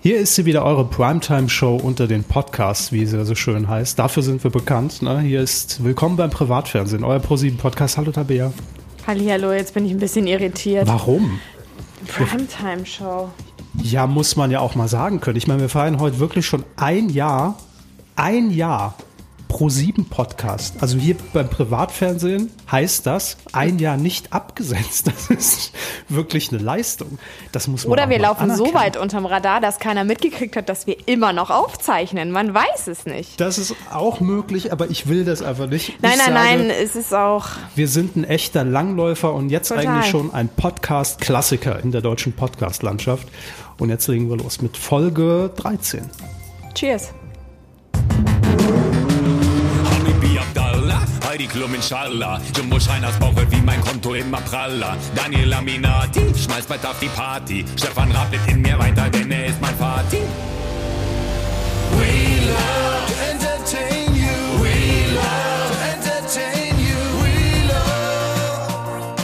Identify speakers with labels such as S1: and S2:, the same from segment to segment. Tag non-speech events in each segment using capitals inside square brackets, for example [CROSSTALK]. S1: Hier ist sie wieder, eure Primetime-Show unter den Podcasts, wie sie so schön heißt. Dafür sind wir bekannt. Ne? Hier ist Willkommen beim Privatfernsehen, euer ProSieben-Podcast. Hallo Tabea.
S2: Hallihallo, jetzt bin ich ein bisschen irritiert.
S1: Warum?
S2: Primetime-Show.
S1: Ja, muss man ja auch mal sagen können. Ich meine, wir feiern heute wirklich schon ein Jahr, ein Jahr Pro7-Podcast. Also hier beim Privatfernsehen heißt das ein Jahr nicht abgesetzt. Das ist wirklich eine Leistung. Das muss man
S2: Oder
S1: auch
S2: wir
S1: mal
S2: laufen so
S1: anerkennen.
S2: weit unterm Radar, dass keiner mitgekriegt hat, dass wir immer noch aufzeichnen. Man weiß es nicht.
S1: Das ist auch möglich, aber ich will das einfach nicht.
S2: Nein,
S1: ich
S2: nein,
S1: sage,
S2: nein, es ist auch.
S1: Wir sind ein echter Langläufer und jetzt
S2: Total.
S1: eigentlich schon ein Podcast-Klassiker in der deutschen Podcast-Landschaft. Und jetzt legen wir los mit Folge 13.
S2: Cheers.
S3: Habibi Abdallah, Heidi Klum inshallah, Jumbo Schreiners Bauch wird wie mein Konto immer praller. Daniel Laminati, schmeißt bald auf die Party. Stefan Raab wird in mir weiter, denn er ist mein Vati. We love to entertain you. We love to entertain you. We love,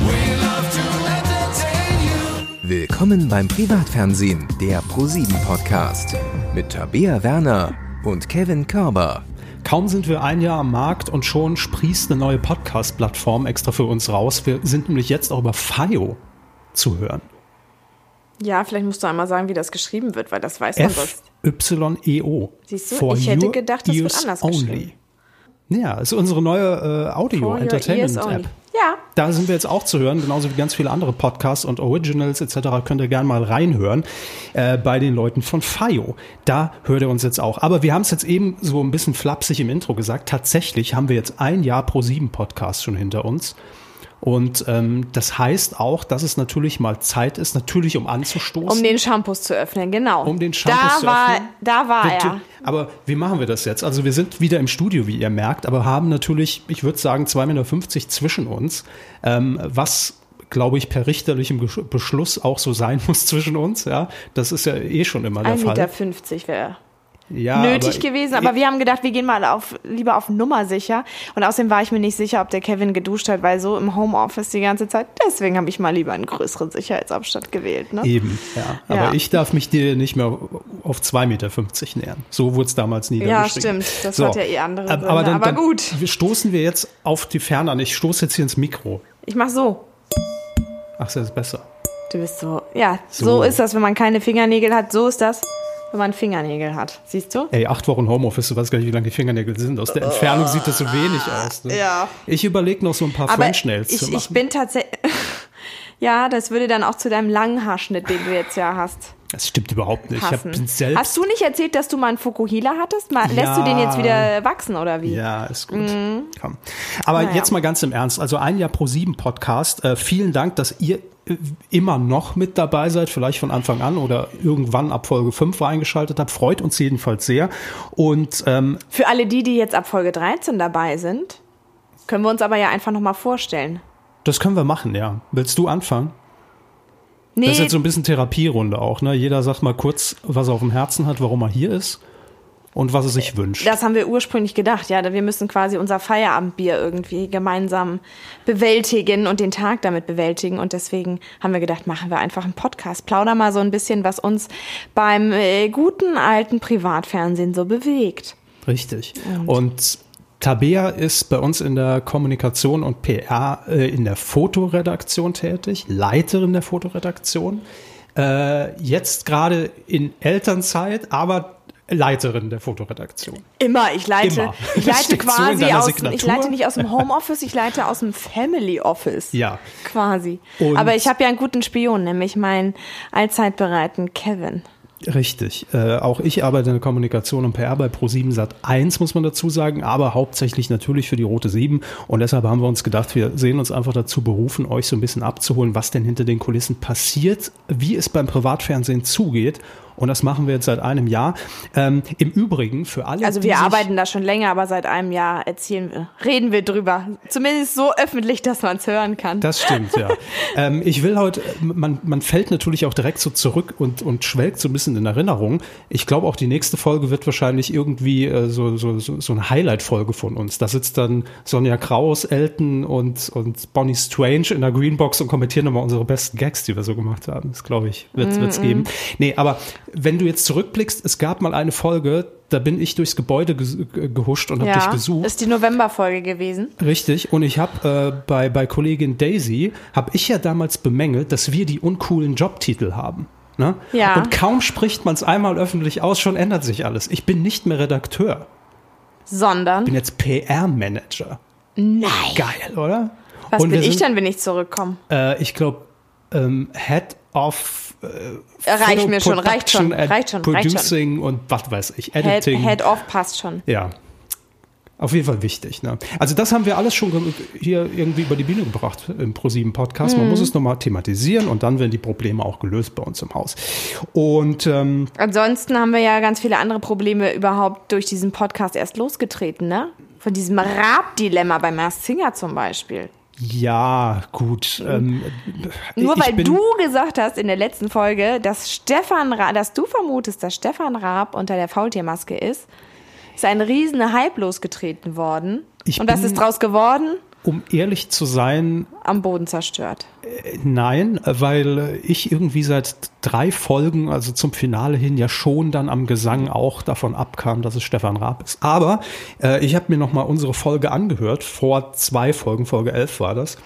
S3: we love to entertain you.
S4: Willkommen beim Privatfernsehen, der ProSieben-Podcast. Mit Tabea Werner und Kevin Körber.
S1: Kaum sind wir ein Jahr am Markt und schon sprießt eine neue Podcast-Plattform extra für uns raus. Wir sind nämlich jetzt auch über FIO zu hören.
S2: Ja, vielleicht musst du einmal sagen, wie das geschrieben wird, weil das weiß man sonst.
S1: F-Y-E-O.
S2: Oh Siehst du,
S1: E For
S2: ich hätte
S1: your
S2: gedacht, das wird
S1: ears
S2: anders geschrieben.
S1: Ja, ist unsere neue äh,
S2: For your ears only.
S1: Audio-Entertainment-App.
S2: Ja,
S1: Da sind wir jetzt auch zu hören, genauso wie ganz viele andere Podcasts und Originals etc. könnt ihr gerne mal reinhören äh, bei den Leuten von FIO. Da hört ihr uns jetzt auch. Aber wir haben es jetzt eben so ein bisschen flapsig im Intro gesagt. Tatsächlich haben wir jetzt ein Jahr pro sieben Podcasts schon hinter uns. Und ähm, das heißt auch, dass es natürlich mal Zeit ist, natürlich um anzustoßen.
S2: um den Shampoos zu öffnen, genau.
S1: Um den Shampoos
S2: da
S1: zu
S2: war,
S1: öffnen?
S2: Da war
S1: Bitte.
S2: er.
S1: Aber wie machen wir das jetzt? Also wir sind wieder im Studio, wie ihr merkt, aber haben natürlich, ich würde sagen, 2,50 Meter zwischen uns, ähm, was glaube ich, per richterlichem Gesch- Beschluss auch so sein muss [LAUGHS] zwischen uns, ja. Das ist ja eh schon immer der
S2: 1,50
S1: Fall.
S2: Meter fünfzig wäre
S1: Ah, ja,
S2: nötig gewesen, aber wir haben gedacht, wir gehen mal auf, lieber auf Nummer sicher. Und außerdem war ich mir nicht sicher, ob der Kevin geduscht hat, weil so im Homeoffice die ganze Zeit. Deswegen habe ich mal lieber einen größeren Sicherheitsabstand gewählt. Ne?
S1: Eben, ja. Aber
S2: Ja.
S1: ich darf mich dir nicht mehr auf 2,50 Meter nähern. So wurde es damals niedergeschrieben.
S2: stimmt. Das hat ja eh andere
S1: Ab-
S2: Gründe.
S1: dann,
S2: Aber
S1: dann
S2: gut.
S1: stoßen wir jetzt auf die Ferne an. Ich stoße jetzt hier ins Mikro.
S2: Ich mache so.
S1: Ach, das ist besser.
S2: Du bist so. Ja, so.
S1: So.
S2: ist das, wenn man keine Fingernägel hat. So ist das, wenn man Fingernägel hat. Siehst du?
S1: Ey, acht Wochen Homeoffice, du weißt gar nicht, wie lange die Fingernägel sind. Aus der Entfernung sieht das so wenig aus. Ne?
S2: Ja.
S1: Ich überlege noch so ein paar
S2: Aber
S1: French
S2: ich,
S1: Nails zu machen.
S2: ich bin tatsächlich. [LAUGHS] Ja, das würde dann auch zu deinem langen Haarschnitt, den du jetzt ja hast,
S1: das stimmt überhaupt nicht.
S2: passen.
S1: Ich habe selbst.
S2: Hast du nicht erzählt, dass du mal einen Fukuhila hattest? Mal, Lässt du
S1: Ja.
S2: den jetzt wieder wachsen oder wie?
S1: ja, ist gut.
S2: Mhm.
S1: Komm. Aber
S2: Naja.
S1: jetzt mal ganz im Ernst. Also ein Jahr pro sieben Podcast. Äh, vielen Dank, dass ihr äh, immer noch mit dabei seid. Vielleicht von Anfang an oder irgendwann ab Folge 5 war eingeschaltet habt. Freut uns jedenfalls sehr. Und ähm,
S2: Für alle die, die jetzt ab Folge 13 dabei sind, können wir uns aber ja einfach nochmal vorstellen.
S1: das können wir machen, ja. Willst du anfangen?
S2: Nee,
S1: Das ist jetzt so ein bisschen Therapierunde auch. Ne? Jeder sagt mal kurz, was er auf dem Herzen hat, warum er hier ist und was er sich wünscht.
S2: Das haben wir ursprünglich gedacht, ja. Wir müssen quasi unser Feierabendbier irgendwie gemeinsam bewältigen und den Tag damit bewältigen. Und deswegen haben wir gedacht, machen wir einfach einen Podcast. Plauder mal so ein bisschen, was uns beim äh, guten alten Privatfernsehen so bewegt.
S1: Richtig. Und Tabea ist bei uns in der Kommunikation und PR äh, in der Fotoredaktion tätig, Leiterin der Fotoredaktion. Äh, jetzt gerade in Elternzeit, aber Leiterin der Fotoredaktion.
S2: Immer, ich leite,
S1: Immer.
S2: ich
S1: Das
S2: leite
S1: steckt so in
S2: quasi
S1: deiner
S2: aus, ich
S1: Signatur.
S2: leite nicht aus dem Homeoffice, ich leite aus dem Family Office.
S1: Ja.
S2: Quasi.
S1: Und-
S2: Aber ich habe ja einen guten Spion, nämlich meinen allzeitbereiten Kevin.
S1: Richtig. Äh, auch ich arbeite in der Kommunikation und PR bei Pro7 Sat 1, muss man dazu sagen, aber hauptsächlich natürlich für die Rote 7. Und deshalb haben wir uns gedacht, wir sehen uns einfach dazu berufen, euch so ein bisschen abzuholen, was denn hinter den Kulissen passiert, wie es beim Privatfernsehen zugeht. Und das machen wir jetzt seit einem Jahr. Ähm, Im Übrigen für alle.
S2: Also
S1: die
S2: wir
S1: sich-
S2: arbeiten da schon länger, aber seit einem Jahr erzählen wir, reden wir drüber. Zumindest so öffentlich, dass man es hören kann.
S1: Das stimmt, ja. ähm, ich will heute, man, man fällt natürlich auch direkt so zurück und, und schwelgt so ein bisschen in Erinnerung. Ich glaube auch die nächste Folge wird wahrscheinlich irgendwie äh, so, so, so, so eine Highlight-Folge von uns. Da sitzt dann Sonja Kraus, Elton und, und Bonnie Strange in der Greenbox und kommentieren nochmal unsere besten Gags, die wir so gemacht haben. Das glaube ich, wird es geben. Nee, aber wenn du jetzt zurückblickst, es gab mal eine Folge, da bin ich durchs Gebäude ges- ge- gehuscht und habe dich gesucht.
S2: ist die Novemberfolge gewesen.
S1: Richtig. Und ich habe äh, bei, bei Kollegin Daisy, habe ich ja damals bemängelt, dass wir die uncoolen Jobtitel haben. Ne?
S2: Ja.
S1: Und kaum spricht man es einmal öffentlich aus, schon ändert sich alles. Ich bin nicht mehr Redakteur,
S2: Sondern.
S1: bin jetzt PR-Manager.
S2: Nein.
S1: Geil, oder?
S2: Was
S1: Und
S2: bin
S1: wir
S2: ich
S1: sind,
S2: denn, wenn ich zurückkomme?
S1: Äh, ich glaube, ähm, Head of
S2: Äh, Reicht mir schon, reicht schon,
S1: Production and
S2: reicht schon, reicht schon.
S1: Producing und was weiß ich,
S2: Head,
S1: Editing.
S2: Head off passt schon.
S1: Ja. Auf jeden Fall wichtig. Ne? Also das haben wir alles schon ge- hier irgendwie über die Bühne gebracht im ProSieben Podcast.
S2: Mhm.
S1: Man muss es nochmal thematisieren und dann werden die Probleme auch gelöst bei uns im Haus. Und ähm,
S2: Ansonsten haben wir ja ganz viele andere Probleme überhaupt durch diesen Podcast erst losgetreten, ne? Von diesem Rab-Dilemma bei Mars Singer zum Beispiel.
S1: ja, gut. Ähm,
S2: Nur
S1: ich
S2: weil
S1: bin-
S2: du gesagt hast in der letzten Folge, dass Stefan Ra dass du vermutest, dass Stefan Raab unter der Faultiermaske ist, ist ein riesen Hype losgetreten worden.
S1: Ich
S2: Und was
S1: bin-
S2: ist draus geworden?
S1: Um ehrlich zu sein,
S2: Am Boden zerstört.
S1: Nein, weil ich irgendwie seit drei Folgen, also zum Finale hin, ja schon dann am Gesang auch davon abkam, dass es Stefan Raab ist. Aber äh, ich habe mir nochmal unsere Folge angehört, vor zwei Folgen, Folge 11 war das.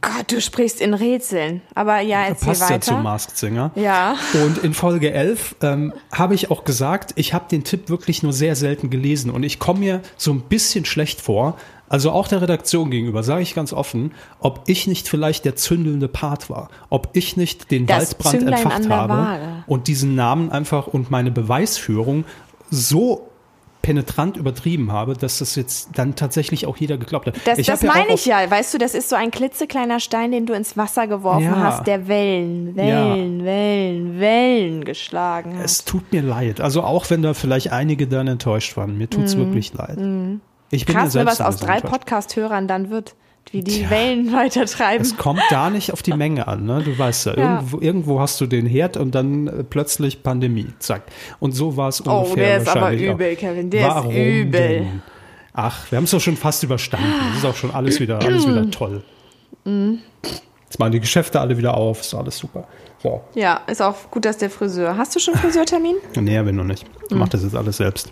S2: Gott, du sprichst in Rätseln. Aber ja, erzähl
S1: Passt ja zu
S2: weiter.
S1: Masked Singer.
S2: Ja.
S1: Und in Folge 11 ähm, habe ich auch gesagt, ich habe den Tipp wirklich nur sehr selten gelesen und ich komme mir so ein bisschen schlecht vor, also auch der Redaktion gegenüber, sage ich ganz offen, ob ich nicht vielleicht der zündelnde Part war, ob ich nicht den
S2: Das
S1: Waldbrand
S2: Zünglein
S1: entfacht
S2: an der
S1: habe
S2: Waage.
S1: und diesen Namen einfach und meine Beweisführung so penetrant übertrieben habe, dass das jetzt dann tatsächlich auch jeder geglaubt hat.
S2: Das,
S1: Ich
S2: das
S1: habe ja auch
S2: meine
S1: auf-
S2: ich ja. Weißt du, das ist so ein klitzekleiner Stein, den du ins Wasser geworfen
S1: Ja.
S2: hast, der Wellen, Wellen, Wellen, Wellen geschlagen hat.
S1: Es tut mir leid. Also auch wenn da vielleicht einige dann enttäuscht waren. Mir tut's wirklich leid. Ich bin ja
S2: Mhm. Krass, ne,
S1: selbst
S2: was
S1: ein
S2: aus
S1: bisschen
S2: drei
S1: enttäuscht.
S2: Podcast-Hörern dann wird, wie die
S1: Tja.
S2: Wellen [LAUGHS] weitertreiben.
S1: Es kommt da nicht auf die Menge an, ne? Du weißt ja, irgendwo, irgendwo hast du den Herd und dann äh, plötzlich Pandemie, zack. Und so war's ungefähr.
S2: Oh, der ist aber
S1: wahrscheinlich
S2: übel,
S1: auch.
S2: Kevin, der ist
S1: Warum
S2: übel.
S1: Denn? Ach, wir haben's doch schon fast überstanden. Es ist auch schon alles wieder, alles
S2: [CLEARS THROAT]
S1: wieder toll.
S2: Mhm.
S1: Jetzt machen die Geschäfte alle wieder auf, ist alles super. So,
S2: Ja, ist auch gut, dass der Friseur. Hast du schon Friseurtermin?
S1: näher bin noch nicht. Ich
S2: Mhm.
S1: mach das jetzt alles selbst.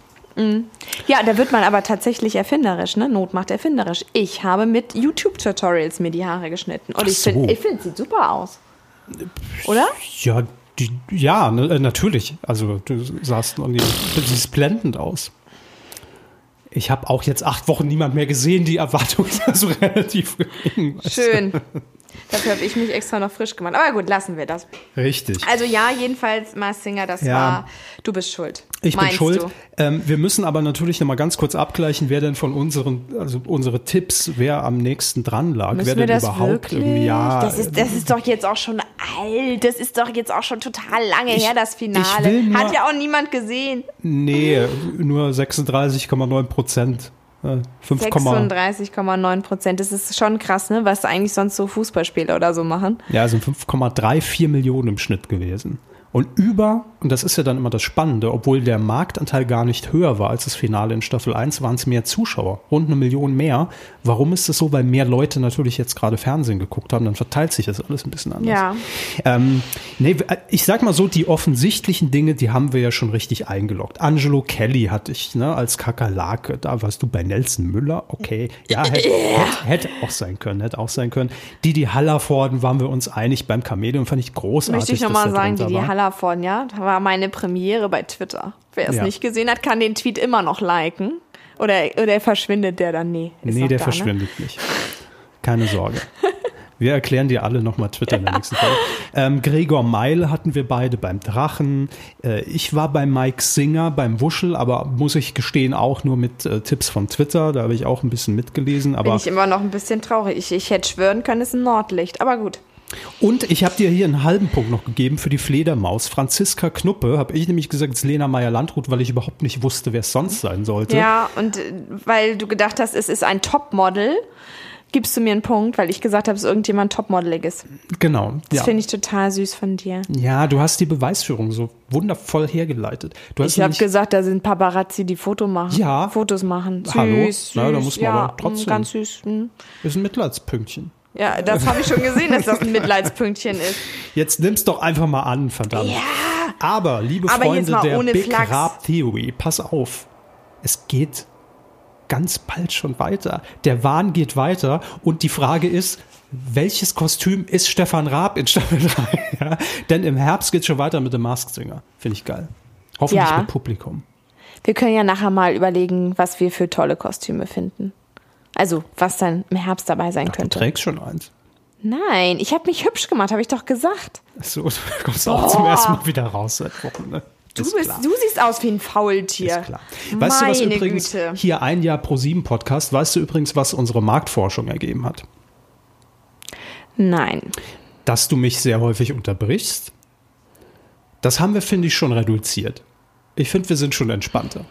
S2: ja, da wird man aber tatsächlich erfinderisch, ne? Not macht erfinderisch. Ich habe mit YouTube-Tutorials mir die Haare geschnitten. Und ich
S1: so.
S2: finde, ich finde, sieht super aus. Oder?
S1: Ja, die, ja, ne, äh, natürlich. Also du sahst irgendwie, du siehst blendend aus. Ich habe auch jetzt acht Wochen niemand mehr gesehen, die Erwartung ist also [LAUGHS] relativ gering.
S2: Schön. Dafür habe ich mich extra noch frisch gemacht. Aber gut, lassen wir das.
S1: Richtig.
S2: Also ja, jedenfalls, Mars Singer, das
S1: Ja.
S2: war, du bist schuld.
S1: Ich bin
S2: Meinst
S1: schuld.
S2: Du?
S1: Ähm, wir müssen aber natürlich nochmal ganz kurz abgleichen, wer denn von unseren, also unsere Tipps, wer am nächsten dran lag,
S2: Müssen
S1: wer
S2: wir
S1: denn
S2: das
S1: überhaupt
S2: wirklich?
S1: irgendwie, ja.
S2: das, ist, das ist doch jetzt auch schon alt. Das ist doch jetzt auch schon total lange her, das Finale.
S1: ich will nur-
S2: Hat ja auch niemand gesehen.
S1: nee, nur 36,9 Prozent. Äh, 5,9.
S2: 36,9 Prozent. Das ist schon krass, ne? Was eigentlich sonst so Fußballspieler oder so machen.
S1: Ja, sind 5,34 Millionen im Schnitt gewesen. Und über, und das ist ja dann immer das Spannende, obwohl der Marktanteil gar nicht höher war als das Finale in Staffel 1, waren es mehr Zuschauer, rund eine Million mehr. Warum ist es so? Weil mehr Leute natürlich jetzt gerade Fernsehen geguckt haben, dann verteilt sich das alles ein bisschen anders.
S2: Ja.
S1: Ähm, nee, ich sag mal so, die offensichtlichen Dinge, die haben wir ja schon richtig eingeloggt. Angelo Kelly hatte ich, ne, als Kakerlake. Da warst du bei Nelson Müller. Okay. Ja,
S2: [LAUGHS]
S1: hätte, hätte, hätte auch sein können, hätte auch sein können. Didi Hallervorden waren wir uns einig beim Chameleon, fand ich großartig.
S2: Möchte ich
S1: dass
S2: nochmal
S1: der
S2: sagen,
S1: drunter
S2: die
S1: war.
S2: Hallervorden, ja? Da war meine Premiere bei Twitter. Wer es
S1: Ja.
S2: nicht gesehen hat, kann den Tweet immer noch liken. Oder, oder verschwindet der dann? Nee. Ist
S1: Nee,
S2: noch
S1: der
S2: da, Ne?
S1: verschwindet nicht. Keine Sorge. Wir erklären dir alle nochmal Twitter in der nächsten Folge. Ähm, Gregor Meil hatten wir beide beim Drachen. Äh, ich war bei Mike Singer beim Wuschel, aber muss ich gestehen, auch nur mit äh, Tipps von Twitter. Da habe ich auch ein bisschen mitgelesen.
S2: Bin
S1: Aber
S2: ich immer noch ein bisschen traurig. Ich, ich hätte schwören können, es ist ein Nordlicht. Aber gut.
S1: Und ich habe dir hier einen halben Punkt noch gegeben für die Fledermaus. Franziska Knuppe, habe ich nämlich gesagt, ist Lena Meyer-Landrut, weil ich überhaupt nicht wusste, wer es sonst sein sollte.
S2: Ja, und äh, weil du gedacht hast, es ist ein Topmodel, gibst du mir einen Punkt, weil ich gesagt habe, es ist irgendjemand Topmodeliges.
S1: Genau.
S2: Das
S1: Ja.
S2: finde ich total süß von dir.
S1: ja, du hast die Beweisführung so wundervoll hergeleitet. Du hast
S2: Ich habe
S1: nämlich-
S2: gesagt, da sind Paparazzi, die Foto machen,
S1: Ja.
S2: Fotos machen. Süß,
S1: Hallo?
S2: süß.
S1: Na, da muss man
S2: ja,
S1: aber trotzdem-
S2: mm, ganz süß. mm.
S1: ist ein Mitleidspünktchen. [LAUGHS]
S2: Ja, das habe ich schon gesehen, dass das ein Mitleidspünktchen ist.
S1: Jetzt nimm's doch einfach mal an, verdammt.
S2: Ja,
S1: Aber, liebe
S2: Aber jetzt
S1: Freunde
S2: mal
S1: der
S2: ohne
S1: Big
S2: Flachs.
S1: Rap Theory, pass auf. Es geht ganz bald schon weiter. Der Wahn geht weiter und die Frage ist, welches Kostüm ist Stefan Raab in Staffel [LAUGHS] 3? Ja, denn im Herbst geht schon weiter mit dem Masked Singer. Finde ich geil. Hoffentlich
S2: Ja.
S1: mit Publikum.
S2: Wir können ja nachher mal überlegen, was wir für tolle Kostüme finden. Also, was dann im Herbst dabei sein
S1: Du
S2: könnte.
S1: trägst schon eins.
S2: Nein, ich habe mich hübsch gemacht, habe ich doch gesagt.
S1: So, du kommst auch zum ersten Mal wieder raus seit Wochen. Ne?
S2: Du, bist, du siehst aus wie ein Faultier.
S1: Ist klar. Weißt
S2: Meine
S1: du, was übrigens
S2: Güte.
S1: hier ein Jahr pro sieben Podcast, weißt du übrigens, was unsere Marktforschung ergeben hat?
S2: Nein.
S1: Dass du mich sehr häufig unterbrichst. Das haben wir, finde ich, schon reduziert. Ich finde, wir sind schon entspannter.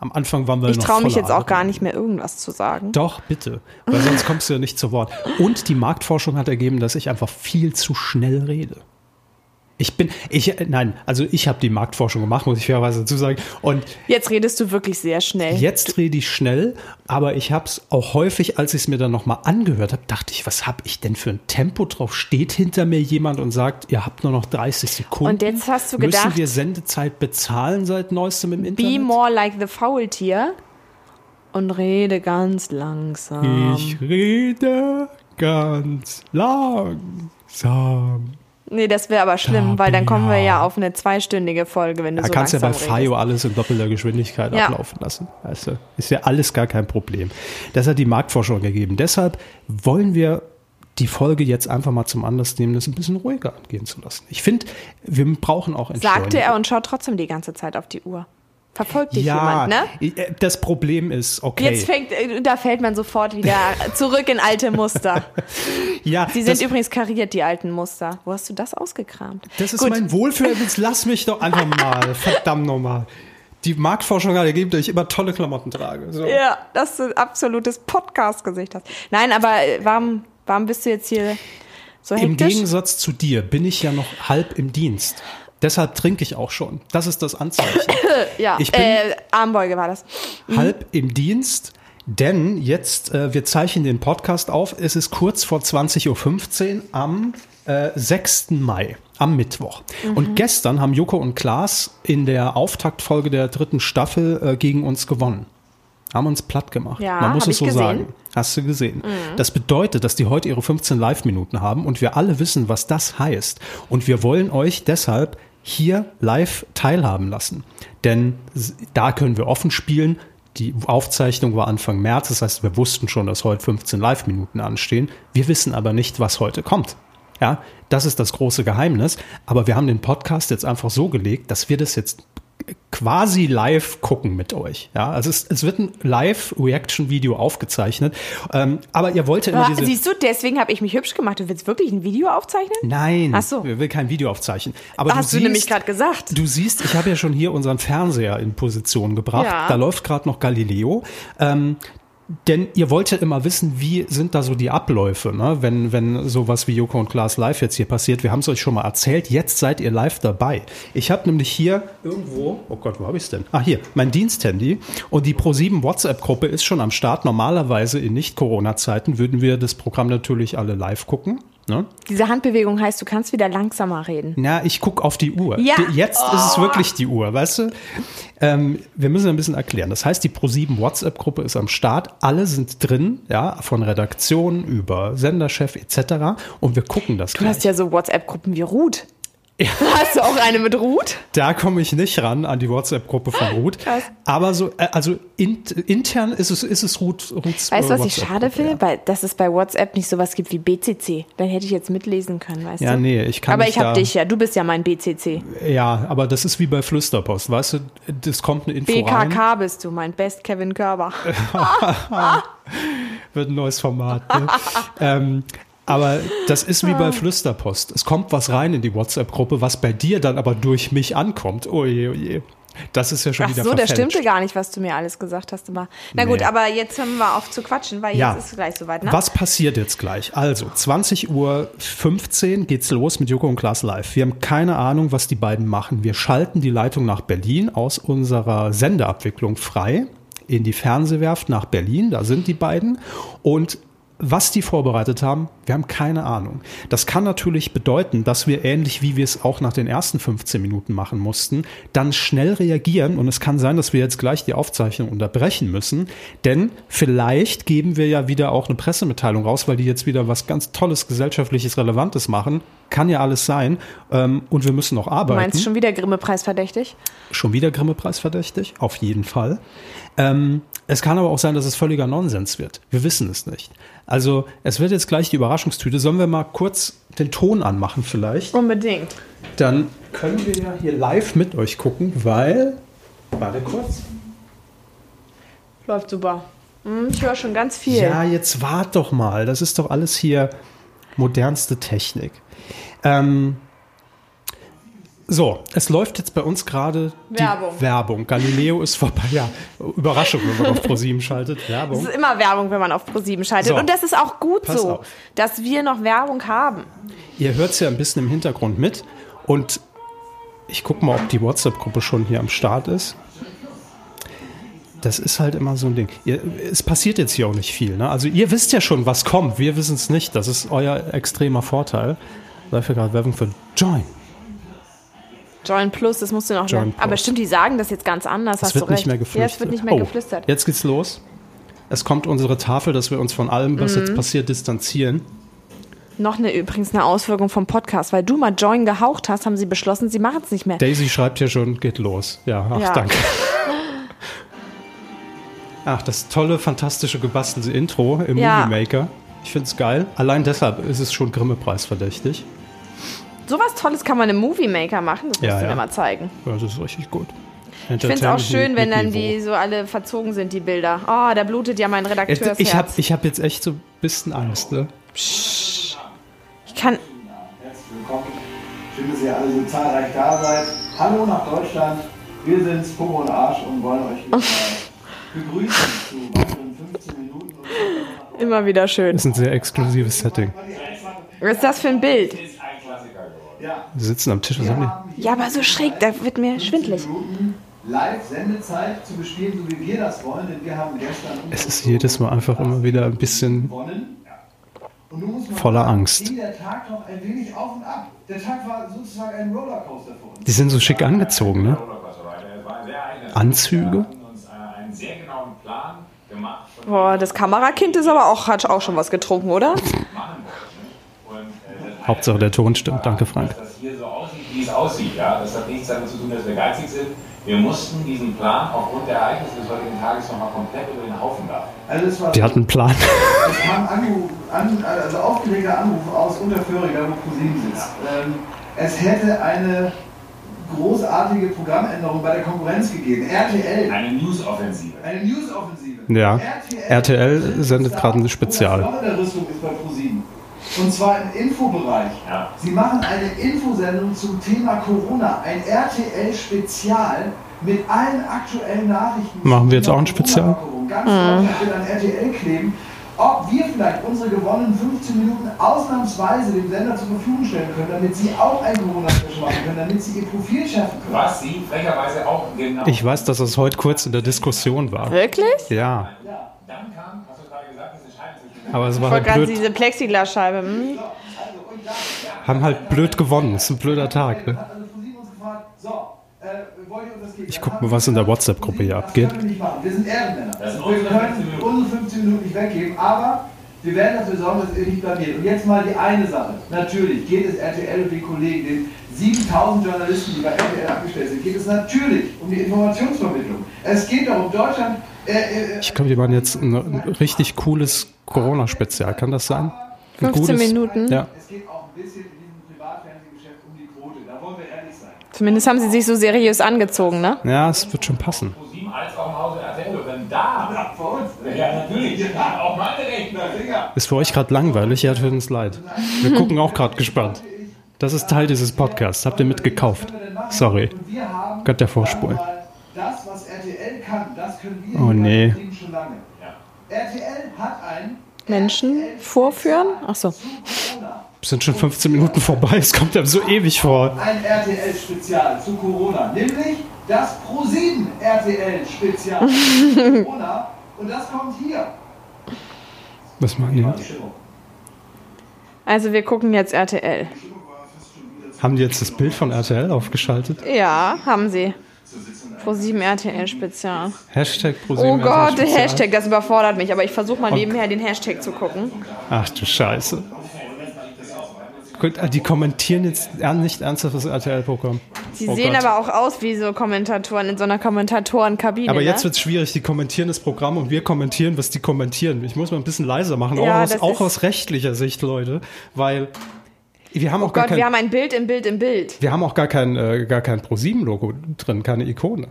S1: Am Anfang waren wir
S2: Ich
S1: noch
S2: traue mich
S1: voller
S2: jetzt auch gar
S1: Adrenalin.
S2: nicht mehr, irgendwas zu sagen.
S1: Doch, bitte. Weil sonst kommst du ja nicht zu Wort. Und die Marktforschung hat ergeben, dass ich einfach viel zu schnell rede. Ich bin, ich, äh, nein, also ich habe die Marktforschung gemacht, muss ich fairerweise dazu sagen. Und
S2: Jetzt redest du wirklich sehr schnell.
S1: Jetzt rede ich schnell, aber ich habe es auch häufig, als ich es mir dann nochmal angehört habe, dachte ich, was habe ich denn für ein Tempo drauf? Steht hinter mir jemand und sagt, ihr habt nur noch 30 Sekunden.
S2: Und jetzt hast du
S1: Müssen
S2: gedacht-
S1: wir Sendezeit bezahlen seit neuestem im
S2: Be
S1: Internet?
S2: more like the Faultier und rede ganz langsam.
S1: ich rede ganz langsam.
S2: Nee, das wäre aber
S1: Da
S2: schlimm, weil dann kommen wir
S1: bin ich.
S2: ja auf eine zweistündige Folge, wenn du
S1: Da
S2: so
S1: kannst du ja bei
S2: langsam redest.
S1: Fayo alles in doppelter Geschwindigkeit
S2: Ja.
S1: ablaufen lassen. Weißt du? Ist ja alles gar kein Problem. Das hat die Marktforschung gegeben. Deshalb wollen wir die Folge jetzt einfach mal zum Anlass nehmen, das ein bisschen ruhiger angehen zu lassen. Ich finde, wir brauchen auch
S2: Sagte er
S1: Entschleunigung.
S2: und schaut trotzdem die ganze Zeit auf die Uhr. Verfolgt dich
S1: ja,
S2: jemand, ne?
S1: äh, das Problem ist, okay.
S2: Jetzt fängt, äh, da fällt man sofort
S1: [LAUGHS]
S2: wieder zurück in alte Muster.
S1: ja,
S2: Die sind
S1: das,
S2: übrigens kariert, die alten Muster. Wo hast du das ausgekramt?
S1: das ist
S2: Gut.
S1: mein Wohlfühlwitz.
S2: [LAUGHS]
S1: Lass mich doch einfach mal, verdammt nochmal. Die Marktforschung hat ergeben, dass ich immer tolle Klamotten trage. So.
S2: Ja, dass du ein absolutes Podcast-Gesicht hast. Nein, aber äh, warum, warum bist du jetzt hier so
S1: Im
S2: hektisch?
S1: Gegensatz zu dir bin ich ja noch halb im Dienst. Deshalb trinke ich auch schon. Das ist das Anzeichen.
S2: Ja,
S1: ich bin-
S2: äh, Armbeuge war das.
S1: halb im Dienst, denn jetzt, äh, wir zeichnen den Podcast auf. Es ist kurz vor 20.15 Uhr am äh, 6. Mai, am Mittwoch. Und gestern haben Joko und Klaas in der Auftaktfolge der dritten Staffel äh, gegen uns gewonnen. Haben uns platt gemacht.
S2: Ja,
S1: Man muss
S2: hab
S1: es
S2: ich
S1: so
S2: gesehen. Mhm.
S1: sagen. Hast du gesehen. Das bedeutet, dass die heute ihre 15 Live-Minuten haben und wir alle wissen, was das heißt. Und wir wollen euch deshalb hier live teilhaben lassen. Denn s- da können wir offen spielen. Die Aufzeichnung war Anfang März, das heißt, wir wussten schon, dass heute 15 Live-Minuten anstehen. Wir wissen aber nicht, was heute kommt. Ja, das ist das große Geheimnis. Aber wir haben den Podcast jetzt einfach so gelegt, dass wir das jetzt quasi live gucken mit euch. Ja, also es, es wird ein Live-Reaction-Video aufgezeichnet. Ähm, aber ihr wollt ja immer
S2: Ah,
S1: diese.
S2: Siehst du, deswegen habe ich mich hübsch gemacht. Du willst wirklich ein Video aufzeichnen?
S1: Nein,
S2: Ach so.
S1: wir will kein Video aufzeichnen. Aber
S2: Hast du
S1: siehst,
S2: nämlich gerade gesagt.
S1: Du siehst, ich habe ja schon hier unseren Fernseher in Position gebracht.
S2: Ja.
S1: Da läuft gerade noch Galileo. Ähm, denn ihr wollt ja immer wissen, wie sind da so die Abläufe, ne? wenn, wenn sowas wie Joko und Klaas live jetzt hier passiert. Wir haben es euch schon mal erzählt, jetzt seid ihr live dabei. Ich habe nämlich hier irgendwo, oh Gott, wo habe ich es denn? Ah, hier, mein Diensthandy. Und die Pro7 WhatsApp-Gruppe ist schon am Start. Normalerweise in Nicht-Corona-Zeiten würden wir das Programm natürlich alle live gucken. Ne?
S2: Diese Handbewegung heißt, du kannst wieder langsamer reden.
S1: Na, ich guck auf die Uhr.
S2: Ja. Oh.
S1: Die- Jetzt ist es wirklich die Uhr, weißt du? Ähm, wir müssen ein bisschen erklären. Das heißt, die Pro7 WhatsApp-Gruppe ist am Start. Alle sind drin, ja, von Redaktion über Senderchef etc. Und wir gucken das
S2: Du hast
S1: gleich.
S2: ja so WhatsApp-Gruppen wie Ruth. [LAUGHS] Hast du auch eine mit Ruth?
S1: Da komme ich nicht ran an die WhatsApp-Gruppe
S2: Ah,
S1: von Ruth. Aber so, äh, also in, intern ist es, ist es Ruth, Ruths
S2: Weißt du,
S1: äh,
S2: was ich schade
S1: WhatsApp-Gruppe,
S2: finde? Weil, dass es bei WhatsApp nicht sowas gibt wie BCC. Dann hätte ich jetzt mitlesen können, weißt
S1: Ja,
S2: du?
S1: nee, ich kann
S2: Aber
S1: nicht
S2: ich
S1: da-
S2: habe dich ja. Du bist ja mein BCC.
S1: Ja. ja, aber das ist wie bei Flüsterpost, weißt du? Das kommt eine Info rein.
S2: BKK bist du, mein Best
S1: [LAUGHS]
S2: Kevin Körber.
S1: wird ein neues Format.
S2: [LAUGHS]
S1: Ne? ähm, aber das ist wie
S2: Ah.
S1: bei Flüsterpost. Es kommt was rein in die WhatsApp-Gruppe, was bei dir dann aber durch mich ankommt. Oh je, oh je. Das ist ja schon
S2: Ach
S1: wieder
S2: so, das
S1: verfälscht.
S2: stimmte gar nicht, was du mir alles gesagt hast. Immer. Na gut,
S1: Nee.
S2: aber jetzt hören wir auf zu quatschen, weil
S1: Ja.
S2: jetzt ist es gleich soweit, ne?
S1: Was passiert jetzt gleich? Also, 20.15 Uhr geht's los mit Joko und Klaas live. Wir haben keine Ahnung, was die beiden machen. Wir schalten die Leitung nach Berlin aus unserer Sendeabwicklung frei in die Fernsehwerft nach Berlin. Da sind die beiden. Und Was die vorbereitet haben, wir haben keine Ahnung. Das kann natürlich bedeuten, dass wir ähnlich wie wir es auch nach den ersten 15 Minuten machen mussten, dann schnell reagieren und es kann sein, dass wir jetzt gleich die Aufzeichnung unterbrechen müssen, denn vielleicht geben wir ja wieder auch eine Pressemitteilung raus, weil die jetzt wieder was ganz Tolles, gesellschaftliches, Relevantes machen. Kann ja alles sein ähm, und wir müssen noch
S2: Du
S1: arbeiten.
S2: meinst schon wieder Grimme-Preis verdächtig?
S1: Schon wieder Grimme-Preis verdächtig, auf jeden Fall. Ähm, es kann aber auch sein, dass es völliger Nonsens wird. Wir wissen es nicht. Also es wird jetzt gleich die Überraschungstüte. Sollen wir mal kurz den Ton anmachen vielleicht?
S2: Unbedingt.
S1: Dann können wir ja hier live mit euch gucken, weil... Warte kurz.
S2: Läuft super. Hm, Ich höre schon ganz viel.
S1: Ja, jetzt wart doch mal. Das ist doch alles hier modernste Technik. Ähm, so, es läuft jetzt bei uns gerade die
S2: Werbung.
S1: Werbung. Galileo ist vorbei. Ja, Überraschung, wenn man auf ProSieben schaltet.
S2: Es
S1: Werbung.
S2: ist immer Werbung, wenn man auf ProSieben schaltet.
S1: So.
S2: Und das ist auch gut
S1: Pass
S2: so,
S1: auf.
S2: dass wir noch Werbung haben.
S1: Ihr hört es ja ein bisschen im Hintergrund mit. Und ich gucke mal, ob die WhatsApp-Gruppe schon hier am Start ist. Das ist halt immer so ein Ding. Ihr, es passiert jetzt hier auch nicht viel. Ne? Also ihr wisst ja schon, was kommt. Wir wissen es nicht. Das ist euer extremer Vorteil. Läuft ja gerade Werbung für Join.
S2: Join Plus, das musst du noch
S1: Join
S2: lernen.
S1: Plus.
S2: Aber stimmt, die sagen das jetzt ganz anders.
S1: Es
S2: hast
S1: wird
S2: du
S1: nicht
S2: recht.
S1: mehr geflüstert.
S2: Ja, es wird nicht mehr
S1: oh,
S2: geflüstert.
S1: Jetzt geht's los. Es kommt unsere Tafel, dass wir uns von allem,
S2: Mhm.
S1: was jetzt passiert, distanzieren.
S2: Noch eine übrigens eine Auswirkung vom Podcast, weil du mal Join gehaucht hast, haben sie beschlossen, sie machen es nicht mehr.
S1: Daisy schreibt hier schon, geht los. Ja, ach,
S2: Ja.
S1: danke. Ach, das tolle, fantastische, gebastelte Intro im
S2: Ja.
S1: Movie Maker. Ich find's geil. Allein deshalb ist es schon Grimme-Preis verdächtig.
S2: Sowas Tolles kann man im Movie Maker machen, das
S1: Ja,
S2: musst du
S1: ja.
S2: mir mal zeigen.
S1: Das ist richtig gut.
S2: Ich finde es auch schön, wenn dann die so alle verzogen sind, die Bilder. Oh, da blutet ja mein Redakteursherz.
S1: Jetzt, ich habe ich hab jetzt echt so ein bisschen Angst, ne?
S2: ich kann
S5: Herzlich willkommen. Schön, dass ihr alle so zahlreich da seid. Hallo nach Deutschland. Wir sind Pogo und Arsch und wollen euch hier mal begrüßen zu weiteren 15 Minuten.
S2: immer wieder schön.
S1: Das ist ein sehr exklusives Setting.
S2: Was ist das für ein Bild?
S1: Wir sitzen am Tisch. Was haben die?
S2: Ja, aber so schräg, da wird mir schwindelig.
S5: Live-Sendezeit zu bespielen, so wie wir das wollen, denn wir haben gestern
S1: Es ist jedes Mal einfach immer wieder ein bisschen
S5: gewonnen. Und nun muss man
S1: voller
S5: sagen,
S1: Angst.
S5: ging der Tag noch ein wenig auf und ab. Der Tag war sozusagen ein Rollercoaster für uns.
S1: Die sind so schick angezogen, ne? Anzüge?
S2: Boah, das Kamerakind ist aber auch, hat auch schon was getrunken, oder?
S1: Hauptsache der Ton stimmt. Danke, Frank.
S6: dass das hier so aussieht, wie es aussieht. Ja? Das hat nichts damit zu tun, dass wir geizig sind. Wir mussten diesen Plan aufgrund der Ereignisse des heutigen Tages nochmal komplett über den Haufen werfen.
S5: Also es war
S1: Die hatten einen Plan.
S5: Es kam Anruf, an, also aufgelegter Anruf aus Unterföhringer, wo ProSieben sitzt. Ähm, es hätte eine großartige Programmänderung bei der Konkurrenz gegeben. RTL.
S6: Eine News-Offensive.
S5: Eine News-Offensive.
S1: Ja. RTL sendet gerade ein Spezial.
S5: Das der Rüstung ist bei ProSieben. Und zwar im Infobereich.
S6: Ja.
S5: Sie machen eine Infosendung zum Thema Corona. Ein RTL-Spezial mit allen aktuellen Nachrichten.
S1: Machen wir jetzt
S5: zum
S1: auch ein
S5: Thema
S1: Spezial?
S5: Corona-Lockerung. Ganz Deutschland wird an RTL kleben. Ob wir vielleicht unsere gewonnenen 15 Minuten ausnahmsweise dem Sender zur Verfügung stellen können, damit sie auch einen Corona-Special machen können, damit sie ihr Profil schaffen können.
S6: Was sie frecherweise auch genau.
S1: Ich weiß, dass das heute kurz in der Diskussion war.
S2: Wirklich?
S1: Ja,
S6: Dann kam, hast du gerade gesagt, das entscheidend zwischen.
S1: aber es
S2: Ich
S1: war
S2: wollte
S1: halt
S2: gerade
S1: blöd.
S2: diese Plexiglasscheibe. Hm?
S1: Haben halt blöd gewonnen. Ist ein blöder Tag, ne?
S5: Hat also ProSieben uns gefragt, so, äh, wollt ihr uns das geben?
S1: Ich guck mal, was in der WhatsApp-Gruppe hier abgeht.
S5: Das können wir nicht machen. Wir sind Ehrenmänner.
S6: Das sind
S5: wir
S6: unsere 15
S5: können
S6: Minuten.
S5: unsere 15 Minuten nicht weggeben, aber wir werden dafür sorgen, dass ihr nicht blamiert. Und jetzt mal die eine Sache. Natürlich geht es RTL und den Kollegen, den 7000 Journalisten, die bei RTL abgestellt sind, geht es natürlich um die Informationsvermittlung. Es geht darum, Deutschland. Äh, äh,
S1: Ich glaube, die waren jetzt ein, ein richtig cooles Corona-Spezial. Kann das sein? Ein
S2: 15 Minuten.
S1: Ja.
S5: es geht auch ein bisschen in diesem Privatfernsehgeschäft um die Quote. Da wollen wir ehrlich sein.
S2: Zumindest haben sie sich so seriös angezogen, ne?
S1: ja, es wird schon passen.
S6: ProSieben als auch im Hause RTL. Und wenn da.
S5: Ja, vor uns.
S6: Ja, natürlich. Auch meine Rechner. Digga.
S1: Ist für euch gerade langweilig, ja, tut uns leid. Wir gucken auch gerade gespannt. Das ist Teil dieses Podcasts. Habt ihr mitgekauft? Sorry.
S5: Und wir haben
S1: Könnt ihr vorspulen.
S5: das, was RTL kann, das können wir
S1: Oh,
S5: hier
S1: nee.
S5: bei ProSieben schon lange. RTL hat ein
S2: Menschen vorführen? Ach so.
S1: Es sind schon 15 Minuten vorbei. Es kommt einem so ewig vor.
S5: ein RTL-Spezial zu Corona, nämlich das ProSieben RTL-Spezial zu Corona. Und das kommt hier.
S1: Was machen die?
S6: Die Stimmung.
S2: Also wir gucken jetzt RTL.
S1: Haben die jetzt das Bild von RTL aufgeschaltet?
S2: Ja, haben sie. Pro7 RTL Spezial.
S1: Hashtag ProSieben
S2: Oh Gott, der
S1: RTL.
S2: Hashtag, das überfordert mich, aber ich versuche mal nebenher den Hashtag zu gucken.
S1: Ach du Scheiße. Gut, ah, die kommentieren jetzt er- nicht ernsthaft das RTL-Programm.
S2: Die sehen aber auch aus wie so Kommentatoren in so einer Kommentatorenkabine.
S1: Aber jetzt
S2: ne?
S1: wird es schwierig, die kommentieren das Programm und wir kommentieren, was die kommentieren. Ich muss mal ein bisschen leiser machen,
S2: Ja,
S1: auch, aus,
S2: das
S1: auch
S2: ist-
S1: aus rechtlicher Sicht, Leute, weil wir haben auch
S2: oh
S1: gar
S2: Gott,
S1: kein,
S2: wir haben ein Bild im Bild im Bild.
S1: wir haben auch gar kein, äh, gar kein ProSieben-Logo drin, keine Ikone.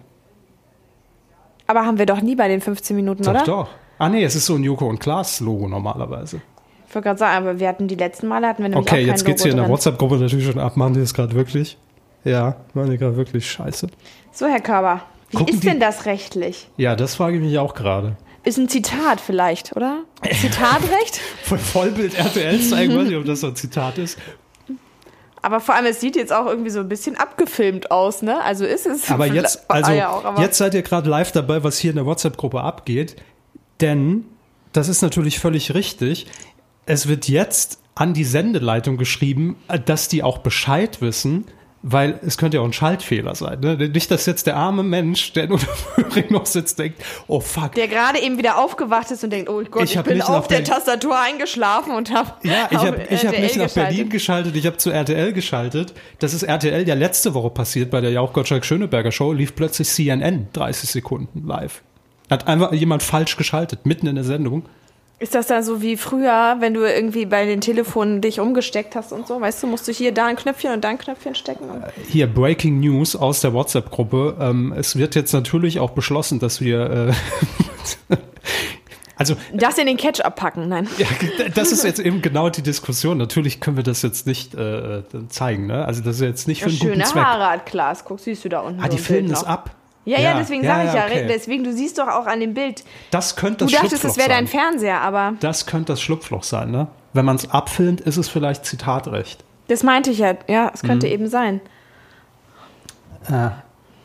S2: Aber haben wir doch nie bei den 15 Minuten,
S1: Doch,
S2: oder?
S1: doch. Ah nee, es ist so ein Joko und Klaas-Logo normalerweise.
S2: Ich wollte gerade sagen, aber wir hatten die letzten Male hatten wir nämlich
S1: Okay,
S2: auch kein
S1: jetzt geht's
S2: Logo
S1: hier in der
S2: drin.
S1: WhatsApp-Gruppe natürlich schon ab. Machen die das gerade wirklich? Ja, machen die gerade wirklich scheiße.
S2: So, Herr Körber, wie
S1: Gucken
S2: ist
S1: die-
S2: denn das rechtlich?
S1: Ja, das frage ich mich auch gerade.
S2: Ist ein Zitat
S1: [LAUGHS]
S2: vielleicht, oder? Zitatrecht?
S1: Voll Vollbild RTL zeigen, weiß nicht, ob das so ein Zitat ist.
S2: Aber vor allem, es sieht jetzt auch irgendwie so ein bisschen abgefilmt aus, ne? Also ist es.
S1: Aber jetzt, also,
S2: Ah ja, auch, aber
S1: jetzt seid ihr gerade live dabei, was hier in der WhatsApp-Gruppe abgeht. Denn, das ist natürlich völlig richtig, es wird jetzt an die Sendeleitung geschrieben, äh, dass die auch Bescheid wissen, weil es könnte ja auch ein Schaltfehler sein. Ne? Nicht, dass jetzt der arme Mensch, der in Unterföhring [LAUGHS] noch sitzt, denkt, oh fuck,
S2: Der gerade eben wieder aufgewacht ist und denkt, oh Gott,
S1: Ich
S2: ich,
S1: hab
S2: bin
S1: nicht
S2: auf
S1: nach
S2: der
S1: Berlin-
S2: Tastatur eingeschlafen und habe
S1: Ja, ich habe ich hab
S2: RTL
S1: nicht nach
S2: geschaltet.
S1: Berlin geschaltet, ich habe zu RTL geschaltet. Das ist RTL ja letzte Woche passiert bei der Jauch Gottschalk Schöneberger Show, lief plötzlich CNN 30 Sekunden live. Hat einfach jemand falsch geschaltet, mitten in der Sendung.
S2: Ist das dann so wie früher, wenn du irgendwie bei den Telefonen dich umgesteckt hast und so? Weißt du, musst du hier da ein Knöpfchen und da ein Knöpfchen stecken? Und
S1: Hier Breaking News aus der WhatsApp-Gruppe. Ähm, es wird jetzt natürlich auch beschlossen, dass wir. Äh, [LAUGHS] also,
S2: das in den Ketchup packen, nein.
S1: ja, das ist jetzt eben genau die Diskussion. Natürlich können wir das jetzt nicht äh, zeigen. Ne? Also, das ist jetzt nicht für einen guten
S2: Schöne
S1: Zweck.
S2: Haare hat Klaas, guck, siehst du da unten
S1: Ah,
S2: so
S1: die
S2: ein
S1: filmen
S2: Bild
S1: das
S2: noch.
S1: ab.
S2: Ja, ja, deswegen sage ich ja,
S1: okay.
S2: deswegen, du siehst doch auch an dem Bild.
S1: Das könnte
S2: Du
S1: das
S2: dachtest,
S1: Schlupfloch
S2: es wäre
S1: sein.
S2: dein Fernseher, aber
S1: Das könnte das Schlupfloch sein, ne? Wenn man es abfilmt, ist es vielleicht Zitatrecht.
S2: das meinte ich ja. Ja,
S1: Mhm.
S2: es könnte eben sein.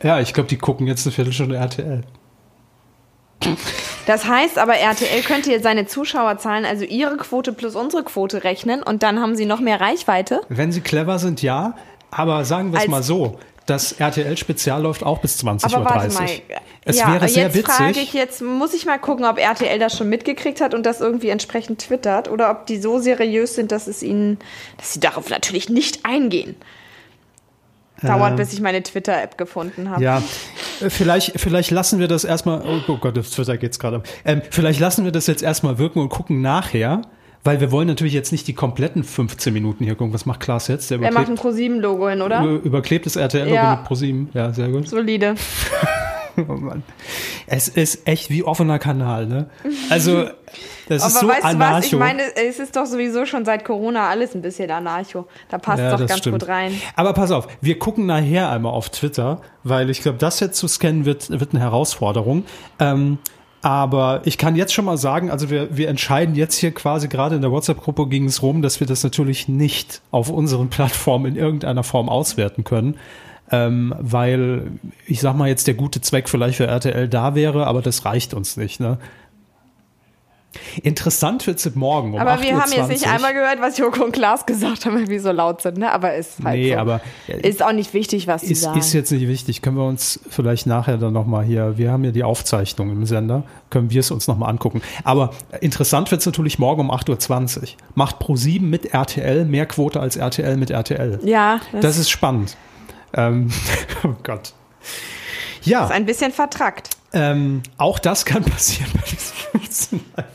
S1: Ja, ich glaube, die gucken jetzt eine Viertelstunde RTL.
S2: Das heißt aber, RTL könnte jetzt seine Zuschauerzahlen, also ihre Quote plus unsere Quote rechnen und dann haben sie noch mehr Reichweite.
S1: Wenn sie clever sind, ja. Aber sagen wir es
S2: Als-
S1: mal so, das RTL-Spezial läuft auch bis 20.30 Uhr.
S2: Aber warte mal.
S1: Es
S2: ja,
S1: wäre sehr
S2: jetzt frage
S1: witzig.
S2: ich, jetzt muss ich mal gucken, ob RTL das schon mitgekriegt hat und das irgendwie entsprechend twittert oder ob die so seriös sind, dass es ihnen, dass sie darauf natürlich nicht eingehen. Dauert, bis ich meine Twitter-App gefunden habe.
S1: Äh. ja, äh, vielleicht, vielleicht lassen wir das erstmal. Oh, oh Gott, auf Twitter geht's gerade. ab. Ähm, vielleicht lassen wir das jetzt erstmal wirken und gucken nachher, weil wir wollen natürlich jetzt nicht die kompletten 15 Minuten hier gucken. Was macht Klaas jetzt? Der
S2: Er macht ein
S1: überklebt,
S2: ProSieben-Logo hin, oder?
S1: über- überklebtes RTL-Logo
S2: Ja.
S1: mit ProSieben. Ja, sehr gut.
S2: Solide.
S1: Oh Mann. Es ist echt wie offener Kanal, ne? Also, das
S2: Aber
S1: ist so
S2: weißt du was? Ich
S1: anarcho.
S2: meine, es ist doch sowieso schon seit Corona alles ein bisschen anarcho. Da passt
S1: Ja,
S2: doch
S1: das
S2: ganz
S1: stimmt.
S2: gut rein.
S1: Aber pass auf, wir gucken nachher einmal auf Twitter, weil ich glaube, das jetzt zu scannen wird, wird eine Herausforderung. Ähm, aber ich kann jetzt schon mal sagen, also wir, wir entscheiden jetzt hier quasi gerade in der WhatsApp-Gruppe ging es rum, dass wir das natürlich nicht auf unseren Plattformen in irgendeiner Form auswerten können. Ähm, weil ich sag mal jetzt der gute Zweck vielleicht für RTL da wäre, aber das reicht uns nicht. Ne? Interessant wird's ab morgen um
S2: Aber wir haben jetzt
S1: 8:20.
S2: nicht einmal gehört, was Joko und Klaas gesagt haben, weil wir so laut sind, ne? Aber ist halt
S1: Nee,
S2: so.
S1: aber- äh,
S2: ist auch nicht wichtig, was die
S1: Ist,
S2: sagen.
S1: ist jetzt nicht wichtig. Können wir uns vielleicht nachher dann nochmal hier, wir haben ja die Aufzeichnung im Sender, können wir es uns nochmal angucken. Aber interessant wird es natürlich morgen um 8.20 Uhr. Macht Pro7 mit RTL mehr Quote als RTL mit RTL.
S2: ja, das,
S1: Das
S2: ist
S1: ist spannend. Ähm, [LAUGHS] oh Gott. Ja,
S2: ein bisschen vertrackt.
S1: ähm, auch das kann [LAUGHS] passieren bei diesen 15 Live.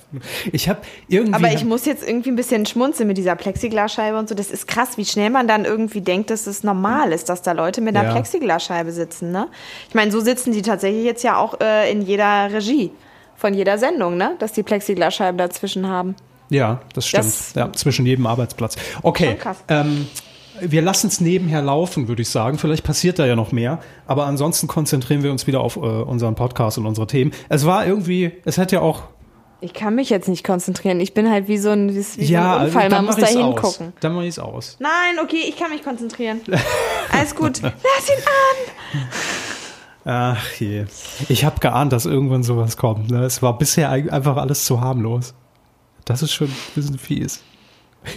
S1: Ich habe irgendwie.
S2: Aber ich
S1: hab-
S2: muss jetzt irgendwie ein bisschen schmunzeln mit dieser Plexiglasscheibe und so. Das ist krass, wie schnell man dann irgendwie denkt, dass es normal ist, dass da Leute mit einer
S1: Ja.
S2: Plexiglasscheibe sitzen, ne? Ich meine, so sitzen die tatsächlich jetzt ja auch äh, in jeder Regie von jeder Sendung, ne? Dass die Plexiglasscheiben dazwischen haben.
S1: Ja, das stimmt.
S2: Das-
S1: ja, zwischen jedem Arbeitsplatz. Okay.
S2: Schon krass.
S1: Ähm, wir lassen es nebenher laufen, würde ich sagen. Vielleicht passiert da ja noch mehr. Aber ansonsten konzentrieren wir uns wieder auf äh, unseren Podcast und unsere Themen. Es war irgendwie, es hätte ja auch.
S2: Ich kann mich jetzt nicht konzentrieren. Ich bin halt wie so ein, wie so ein
S1: ja, also
S2: Unfall. Man
S1: dann
S2: muss
S1: mache
S2: da
S1: ich aus.
S2: hingucken.
S1: Dann mache ich es aus.
S2: Nein, okay, ich kann
S1: [LAUGHS]
S2: mich konzentrieren. Alles gut. Lass ihn an!
S1: Ach je. Ich habe geahnt, dass irgendwann sowas kommt. Ne? Es war bisher eig- einfach alles zu harmlos. Das ist schon ein bisschen fies.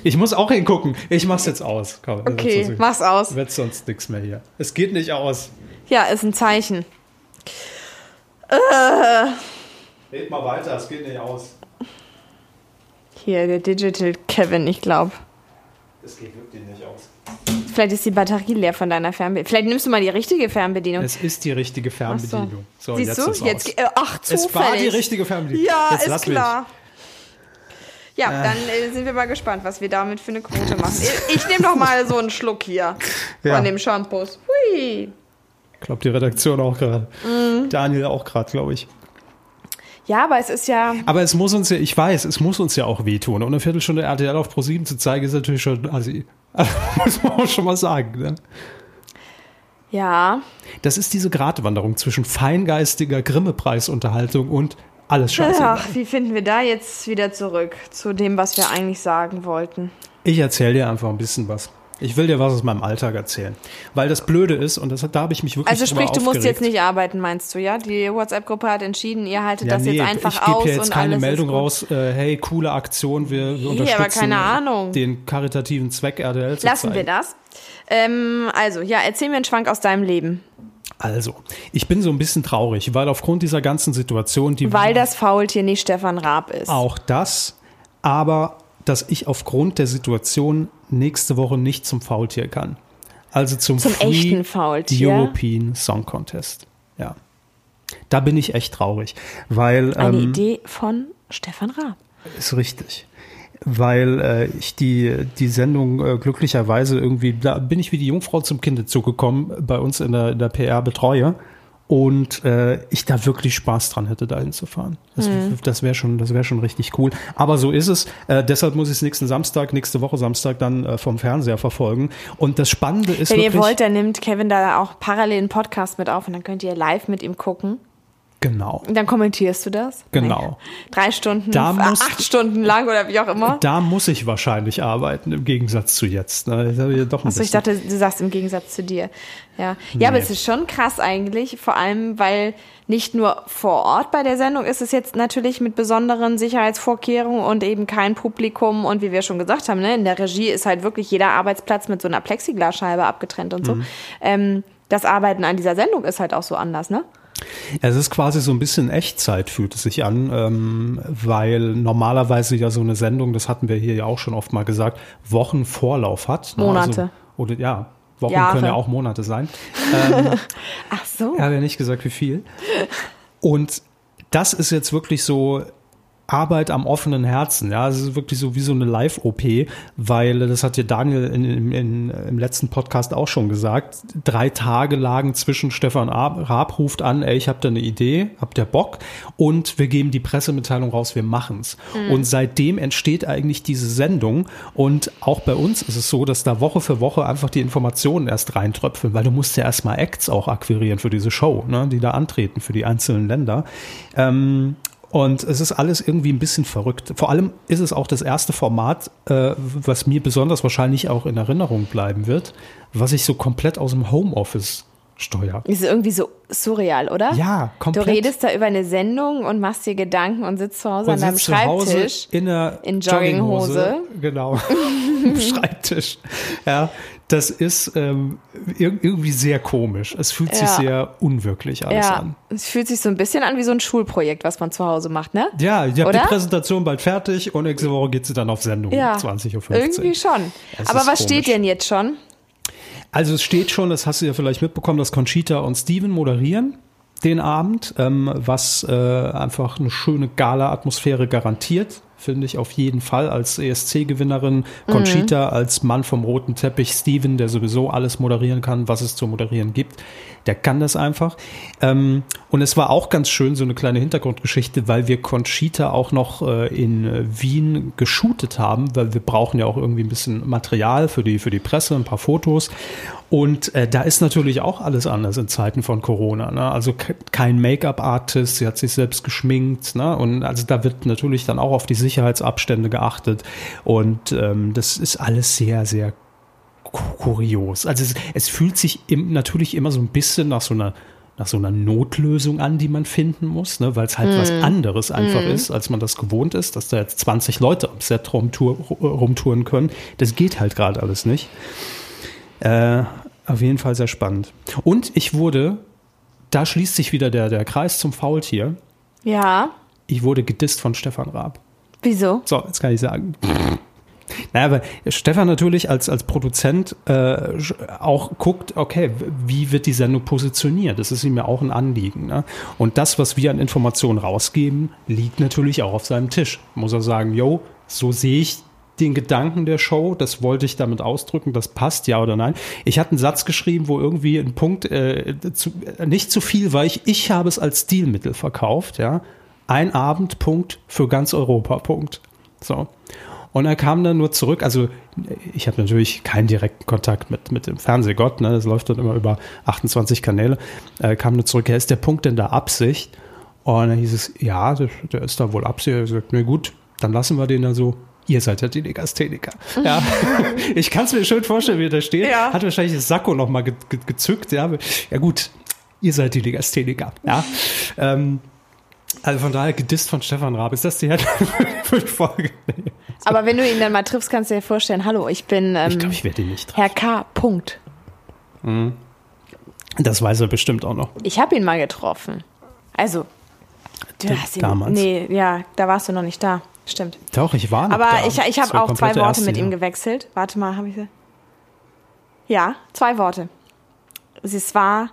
S1: Ich muss auch hingucken. Ich mach's jetzt aus. Komm,
S2: Okay,
S1: sonst-
S2: mach's aus.
S1: Wird sonst nichts mehr hier. Es geht nicht aus.
S2: Ja, ist ein Zeichen.
S1: Red mal weiter, es geht nicht aus.
S2: Hier, der Digital Kevin, ich glaube.
S1: Es geht wirklich nicht aus.
S2: Vielleicht ist die Batterie leer von deiner Fernbedienung. Vielleicht nimmst du mal die richtige Fernbedienung.
S1: Es ist die richtige
S2: Ach so.
S1: Fernbedienung. So,
S2: Siehst
S1: jetzt
S2: du?
S1: ist
S2: jetzt,
S1: aus.
S2: äh, ach, zufällig.
S1: Es war die richtige Fernbedienung.
S2: Ja,
S1: jetzt
S2: ist
S1: lass
S2: klar. Ja, dann äh, sind wir mal gespannt, was wir damit für eine Quote machen. Ich, ich nehme doch mal so einen Schluck hier
S1: [LAUGHS] Ja.
S2: von dem Shampoos. Hui.
S1: Mich. Ich glaube, die Redaktion auch gerade.
S2: Mhm.
S1: Daniel auch gerade, glaube ich.
S2: Ja, aber es ist ja.
S1: Aber es muss uns ja, ich weiß, es muss uns ja auch wehtun. Und eine Viertelstunde RTL auf Pro 7 zu zeigen, ist natürlich schon assi. Also, [LAUGHS] muss man auch schon mal sagen. Ne?
S2: Ja.
S1: Das ist diese Gratwanderung zwischen feingeistiger Grimme-Preisunterhaltung und alles Scheiße.
S2: Ach, wie finden wir da jetzt wieder zurück zu dem, was wir eigentlich sagen wollten?
S1: Ich erzähle dir einfach ein bisschen was. Ich will dir was aus meinem Alltag erzählen. Weil das Blöde ist, und das, hat- da habe ich mich wirklich
S2: Also
S1: drüber
S2: sprich, du musst
S1: aufgeregt.
S2: jetzt nicht arbeiten, meinst du, ja? Die WhatsApp-Gruppe hat entschieden, ihr haltet das jetzt einfach
S1: ich gebe
S2: aus
S1: hier jetzt
S2: und
S1: keine
S2: alles
S1: Meldung
S2: ist gut.
S1: raus, äh, hey, coole Aktion, wir, wir
S2: Nee,
S1: unterstützen
S2: aber keine Ahnung.
S1: den karitativen Zweck RTL zu
S2: Lassen
S1: zeigen.
S2: wir das. Ähm, also, ja, erzähl mir einen Schwank aus deinem Leben.
S1: Also, ich bin so ein bisschen traurig, weil aufgrund dieser ganzen Situation, die
S2: Weil das Faultier nicht Stefan Raab ist.
S1: auch das, aber dass ich aufgrund der Situation nächste Woche nicht zum Faultier kann. Also zum,
S2: Zum
S1: Free
S2: echten Faultier?
S1: European Song Contest. Ja. Da bin ich echt traurig, weil
S2: Eine
S1: ähm,
S2: Idee von Stefan Raab.
S1: Ist richtig. Weil äh, ich die, die Sendung äh, glücklicherweise irgendwie, da bin ich wie die Jungfrau zum Kinde zugekommen, bei uns in der, in der PR betreue. Und äh, ich da wirklich Spaß dran hätte, da hinzufahren. Das,
S2: Mhm.
S1: das wäre schon, das wär schon richtig cool. Aber so ist es. Äh, deshalb muss ich es nächsten Samstag, nächste Woche Samstag dann äh, vom Fernseher verfolgen. Und das Spannende ist
S2: Wenn ihr
S1: wirklich...
S2: wollt, dann nimmt Kevin da auch parallel einen Podcast mit auf und dann könnt ihr live mit ihm gucken.
S1: Genau.
S2: Und dann kommentierst du das.
S1: Genau.
S2: Nein. Drei Stunden,
S1: Da muss-
S2: acht Stunden lang oder wie auch immer.
S1: Da muss ich wahrscheinlich arbeiten, im Gegensatz zu jetzt. Ne? Das habe ich ja doch ein
S2: Achso, ich
S1: bisschen-
S2: dachte, du sagst im Gegensatz zu dir. Ja, ja aber es ist schon krass eigentlich, vor allem, weil nicht nur vor Ort bei der Sendung ist es jetzt natürlich mit besonderen Sicherheitsvorkehrungen und eben kein Publikum und wie wir schon gesagt haben, ne, in der Regie ist halt wirklich jeder Arbeitsplatz mit so einer Plexiglasscheibe abgetrennt und so.
S1: Mhm.
S2: Ähm, das Arbeiten an dieser Sendung ist halt auch so anders, ne?
S1: Es ist quasi so ein bisschen Echtzeit, fühlt es sich an, ähm, weil normalerweise ja so eine Sendung, das hatten wir hier ja auch schon oft mal gesagt, Wochen Vorlauf hat. ne?
S2: Monate.
S1: oder ja, Wochen
S2: Jahre.
S1: können ja auch Monate sein.
S2: Ach so.
S1: Ich habe ja nicht gesagt, wie
S2: [LAUGHS]
S1: viel. Und das ist jetzt wirklich so Arbeit am offenen Herzen. Ja, es ist wirklich so wie so eine Live-OP, weil das hat ja Daniel in, in, in, im letzten Podcast auch schon gesagt. Drei Tage lagen zwischen Stefan Ab- Raab ruft an, ey, ich habe da eine Idee, habt ihr Bock? Und wir geben die Pressemitteilung raus, wir machen's. Und seitdem entsteht eigentlich diese Sendung. Und auch bei uns ist es so, dass da Woche für Woche einfach die Informationen erst reintröpfeln, weil du musst ja erstmal Acts auch akquirieren für diese Show, ne, die da antreten für die einzelnen Länder. Ähm, und es ist alles irgendwie ein bisschen verrückt. Vor allem ist es auch das erste Format, äh, was mir besonders wahrscheinlich auch in Erinnerung bleiben wird, was ich so komplett aus dem Homeoffice steuere.
S2: Ist irgendwie so surreal, oder?
S1: Ja, komplett.
S2: Du redest da über eine Sendung und machst dir Gedanken und sitzt zu Hause an deinem
S1: sitzt zu Hause
S2: Schreibtisch.
S1: in einer
S2: in Jogginghose.
S1: Genau.
S2: [LAUGHS]
S1: Am Schreibtisch. Ja, das ist ähm, ir irgendwie sehr komisch. Es fühlt sich
S2: Ja.
S1: sehr unwirklich alles
S2: ja,
S1: an.
S2: es fühlt sich so ein bisschen an wie so ein Schulprojekt, was man zu Hause macht, ne?
S1: Ja, ich habe die
S2: Oder?
S1: Präsentation bald fertig und nächste Woche geht sie dann auf Sendung
S2: Ja,
S1: 20.15 Uhr.
S2: irgendwie schon.
S1: Es
S2: Aber
S1: ist
S2: was steht
S1: komisch.
S2: denn jetzt schon?
S1: Also es steht schon, das hast du ja vielleicht mitbekommen, dass Conchita und Steven moderieren den Abend, ähm, was äh, einfach eine schöne Gala-Atmosphäre garantiert, finde ich auf jeden Fall als ESC-Gewinnerin, Conchita als Mann vom roten Teppich, Steven, der sowieso alles moderieren kann, was es zu moderieren gibt, der kann das einfach. Ähm, und es war auch ganz schön, so eine kleine Hintergrundgeschichte, weil wir Conchita auch noch äh, in äh, Wien geshootet haben, weil wir brauchen ja auch irgendwie ein bisschen Material für die, für die Presse, ein paar Fotos. Und äh, da ist natürlich auch alles anders in Zeiten von Corona. Ne? Also ke- kein Make-up-Artist, sie hat sich selbst geschminkt. Ne? Und also da wird natürlich dann auch auf die Sicherheitsabstände geachtet. Und ähm, das ist alles sehr, sehr ku- kurios. Also es, es fühlt sich im, natürlich immer so ein bisschen nach so einer, nach so einer Notlösung an, die man finden muss, ne? weil es halt was anderes einfach ist, als man das gewohnt ist, dass da jetzt 20 Leute am Set rumtour, äh, rumtouren können. Das geht halt gerade alles nicht. Äh, auf jeden Fall sehr spannend. Und ich wurde, da schließt sich wieder der, der Kreis zum Faultier,
S2: Ja.
S1: ich wurde gedisst von Stefan Raab.
S2: Wieso?
S1: So, jetzt kann ich sagen. Naja, aber Stefan natürlich als, als Produzent äh, sch- auch guckt, okay, w- wie wird die Sendung positioniert? Das ist ihm ja auch ein Anliegen. Ne? Und das, was wir an Informationen rausgeben, liegt natürlich auch auf seinem Tisch. Muss er sagen, yo, so sehe ich den Gedanken der Show, das wollte ich damit ausdrücken, das passt ja oder nein. Ich hatte einen Satz geschrieben, wo irgendwie ein Punkt äh, zu, nicht zu viel war, ich, ich habe es als Stilmittel verkauft, ja. Ein Abendpunkt für ganz Europa, Punkt. So. Und er kam dann nur zurück. Also, ich habe natürlich keinen direkten Kontakt mit, mit dem Fernsehgott, ne? das läuft dann immer über 28 Kanäle. Äh, kam nur zurück, ja, ist der Punkt denn da Absicht? Und dann hieß es, ja, der, der ist da wohl Absicht. Er sagt, na gut, dann lassen wir den da so. Ihr seid ja die Legastheniker. Ja. ich kann es mir schön vorstellen, wie er da steht.
S2: Ja.
S1: Hat wahrscheinlich das Sakko nochmal ge ge gezückt. Ja. ja, gut, ihr seid die Legastheniker. Ja. ähm, also von daher gedisst von Stefan Raab. Ist das die Headline für die Folge? Nee.
S2: Aber wenn du ihn dann mal triffst, kannst du dir vorstellen, hallo, ich bin ähm,
S1: Ich glaube, ich werde ihn nicht.
S2: Herr K. Punkt.
S1: Das weiß er bestimmt auch noch.
S2: Ich habe ihn mal getroffen. Also, du
S1: Da-
S2: hast ihn.
S1: damals.
S2: Nee, ja, da warst du noch nicht da. Stimmt.
S1: Doch, ich war noch
S2: Aber
S1: da.
S2: ich, ich
S1: Das
S2: habe
S1: war
S2: auch zwei
S1: komplett der
S2: Worte
S1: erste,
S2: mit ihm
S1: ja.
S2: gewechselt. Warte mal, habe ich sie? Ja, zwei Worte. Es war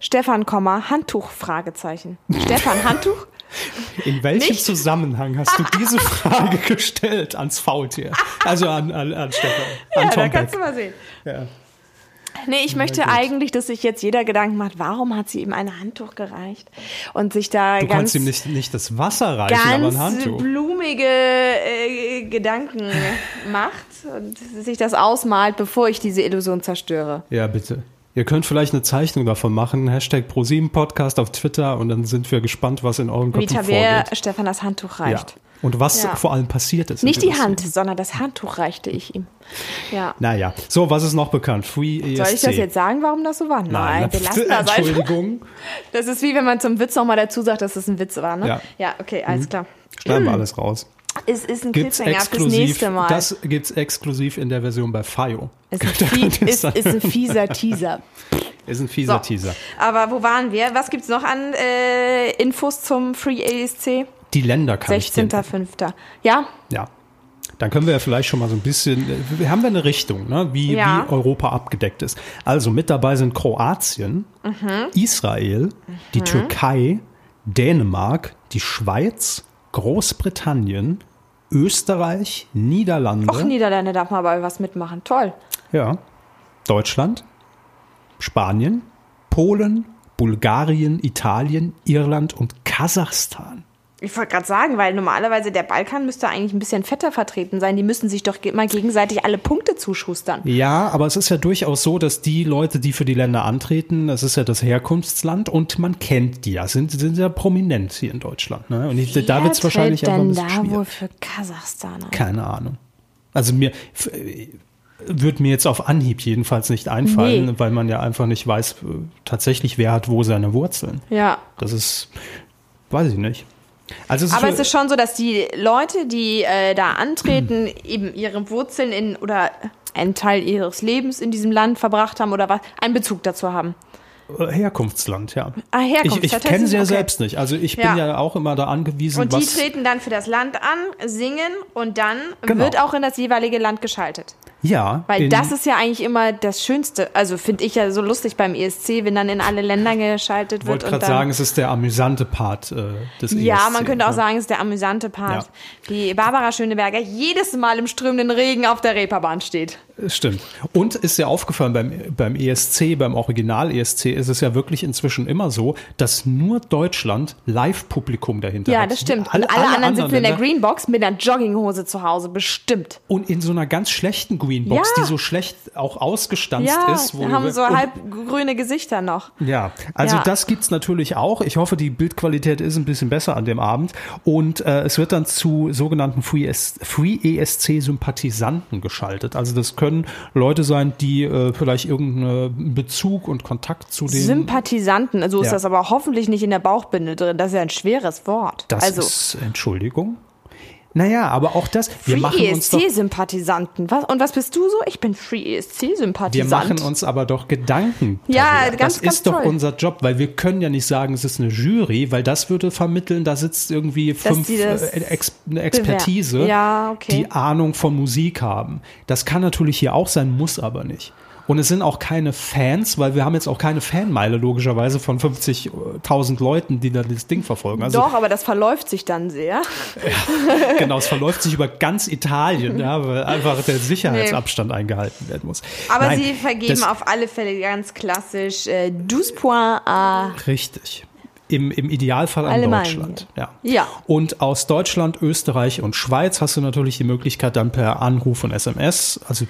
S2: Stefan, Komma, Handtuch,
S1: [LAUGHS]
S2: Fragezeichen. Stefan, Handtuch?
S1: In welchem
S2: Nicht?
S1: Zusammenhang hast du
S2: [LAUGHS]
S1: diese Frage gestellt ans Faultier? Also an, an, an Stefan, an
S2: Ja, da
S1: Tom
S2: kannst du
S1: Beck.
S2: mal sehen.
S1: Ja.
S2: Nee, ich möchte eigentlich, dass sich jetzt jeder Gedanken macht, warum hat sie ihm ein Handtuch gereicht? Und sich da
S1: Du
S2: ganz,
S1: konntest ihm nicht, nicht das Wasser reichen, aber ein
S2: ganz
S1: Handtuch.
S2: blumige äh,
S1: [LAUGHS]
S2: Gedanken macht und sich das ausmalt, bevor ich diese Illusion zerstöre.
S1: Ja, bitte. Ihr könnt vielleicht eine Zeichnung davon machen. Hashtag ProSieben-Podcast auf Twitter und dann sind wir gespannt, was in euren
S2: Wie
S1: Köpfen
S2: Tabea
S1: vorgeht.
S2: Stefan das Handtuch
S1: Ja.
S2: reicht.
S1: Und was
S2: Ja.
S1: vor allem passiert ist. in
S2: Nicht die
S1: dieser
S2: Hand,
S1: Szene.
S2: sondern das Handtuch reichte ich ihm. Ja.
S1: Naja, so, was ist noch bekannt? Free E ESC.
S2: Soll ich das jetzt sagen, warum das so war? Nein, wir lassen das
S1: [LAUGHS]
S2: einfach.
S1: Entschuldigung.
S2: Das ist wie wenn man zum Witz nochmal dazu sagt, dass es ein Witz war, ne?
S1: Ja.
S2: okay, alles klar.
S1: Schneiden
S2: Mm.
S1: wir alles raus.
S2: Es ist ein
S1: Gibt's
S2: Cliffhanger fürs
S1: exklusiv.
S2: nächste Mal.
S1: Das gibt's exklusiv in der Version bei Fayo. [LAUGHS]
S2: ist, ein fie- ist, ist ein fieser Teaser.
S1: Ist ein fieser
S2: So.
S1: Teaser.
S2: Aber wo waren wir? Was gibt's noch an äh, Infos zum Free ASC?
S1: Die Länder kann ich dir.
S2: 16.05. Ja,
S1: Ja. Dann können wir ja vielleicht schon mal so ein bisschen, äh, haben wir eine Richtung, ne? wie,
S2: Ja.
S1: wie Europa abgedeckt ist. Also mit dabei sind Kroatien,
S2: Mhm.
S1: Israel, die Türkei, Dänemark, die Schweiz, Großbritannien, Österreich, Niederlande.
S2: auch Niederlande darf man aber was mitmachen. Toll.
S1: Ja. Deutschland, Spanien, Polen, Bulgarien, Italien, Irland und Kasachstan.
S2: Ich wollte gerade sagen, weil normalerweise der Balkan müsste eigentlich ein bisschen fetter vertreten sein. Die müssen sich doch ge- immer gegenseitig alle Punkte zuschustern.
S1: Ja, aber es ist ja durchaus so, dass die Leute, die für die Länder antreten, das ist ja das Herkunftsland und man kennt die ja, sind, sind ja prominent hier in Deutschland. Ne? Und ich, da wird es wahrscheinlich einfach ein
S2: denn
S1: bisschen
S2: da
S1: schwierig.
S2: wohl für Kasachstan? ein?
S1: Keine Ahnung. Also mir f- äh, wird mir jetzt auf Anhieb jedenfalls nicht einfallen,
S2: Nee.
S1: weil man ja einfach nicht weiß, äh, tatsächlich wer hat wo seine Wurzeln.
S2: Ja.
S1: Das ist, weiß ich nicht. Also es
S2: Aber
S1: ist,
S2: es ist schon so, dass die Leute, die äh, da antreten, [CLEARS THROAT] eben ihre Wurzeln in oder einen Teil ihres Lebens in diesem Land verbracht haben oder was, einen Bezug dazu haben.
S1: schon Herkunftsland, ja.
S2: Ah, Herkunft,
S1: ich ich
S2: tatsächlich,
S1: kenne sie ja
S2: okay.
S1: selbst nicht. Also ich bin
S2: Ja.
S1: ja auch immer da angewiesen,
S2: Und die
S1: was.
S2: treten dann für das Land an, singen und dann
S1: Genau.
S2: wird auch in das jeweilige Land geschaltet.
S1: Ja,
S2: Weil
S1: in-
S2: das ist ja eigentlich immer das Schönste. Also finde ich ja so lustig beim ESC, wenn dann in alle Länder geschaltet
S1: Ich
S2: wird.
S1: wollte
S2: und
S1: gerade
S2: dann,
S1: sagen, es ist der amüsante Part äh, des
S2: ja,
S1: ESC,
S2: man könnte auch
S1: ne?
S2: sagen, es ist der amüsante Part.
S1: Ja.
S2: Wie Barbara Schöneberger jedes Mal im strömenden Regen auf der Reeperbahn steht.
S1: Stimmt. Und ist ja aufgefallen, beim, beim ESC, beim Original-ESC, ist es ja wirklich inzwischen immer so, dass nur Deutschland Live-Publikum dahinter
S2: Ja,
S1: hat.
S2: das stimmt.
S1: Alle,
S2: und alle, anderen, sitzen in der
S1: Länder-
S2: Greenbox mit einer Jogginghose zu Hause, bestimmt.
S1: Und in so einer ganz schlechten Greenbox,
S2: Ja.
S1: die so schlecht auch ausgestanzt
S2: Ja,
S1: ist. wo-
S2: haben so
S1: und-
S2: halb grüne Gesichter noch.
S1: Ja, also
S2: Ja.
S1: das gibt's natürlich auch. Ich hoffe, die Bildqualität ist ein bisschen besser an dem Abend. Und äh, es wird dann zu sogenannten Free, ES Free ESC-Sympathisanten E geschaltet. Also das können Leute sein, die äh, vielleicht irgendeinen äh, Bezug und Kontakt zu den
S2: Sympathisanten, also ist
S1: Ja.
S2: das aber hoffentlich nicht in der Bauchbinde drin. Das ist ja ein schweres Wort.
S1: Das
S2: also
S1: ist Entschuldigung. Naja, aber auch das. Wir machen
S2: Free E
S1: uns doch,
S2: ESC-Sympathisanten. Was, und was bist du so? Ich bin Free E
S1: wir
S2: ESC-Sympathisant.
S1: machen uns aber doch Gedanken.
S2: Ja,
S1: darüber.
S2: ganz,
S1: das
S2: ganz
S1: ist doch
S2: toll.
S1: unser Job, weil wir können ja nicht sagen, es ist eine Jury, weil das würde vermitteln, da sitzt irgendwie fünf
S2: die das
S1: äh, Ex eine Expertise,
S2: bewerten. Ja, okay.
S1: die Ahnung von Musik haben. Das kann natürlich hier auch sein, muss aber nicht. Und es sind auch keine Fans, weil wir haben jetzt auch keine Fanmeile logischerweise von 50.000 Leuten, die da das Ding verfolgen. Also
S2: Doch, aber das verläuft sich dann sehr.
S1: Genau, es verläuft sich über ganz Italien, ja, weil einfach der Sicherheitsabstand eingehalten werden muss.
S2: Aber
S1: Nein,
S2: sie vergeben
S1: das-
S2: auf alle Fälle ganz klassisch äh, 12 points äh, à
S1: Richtig. Im, Im Idealfall an
S2: Allemagne.
S1: Deutschland. Ja.
S2: Ja.
S1: Und aus Deutschland, Österreich und Schweiz hast du natürlich die Möglichkeit, dann per Anruf und SMS, also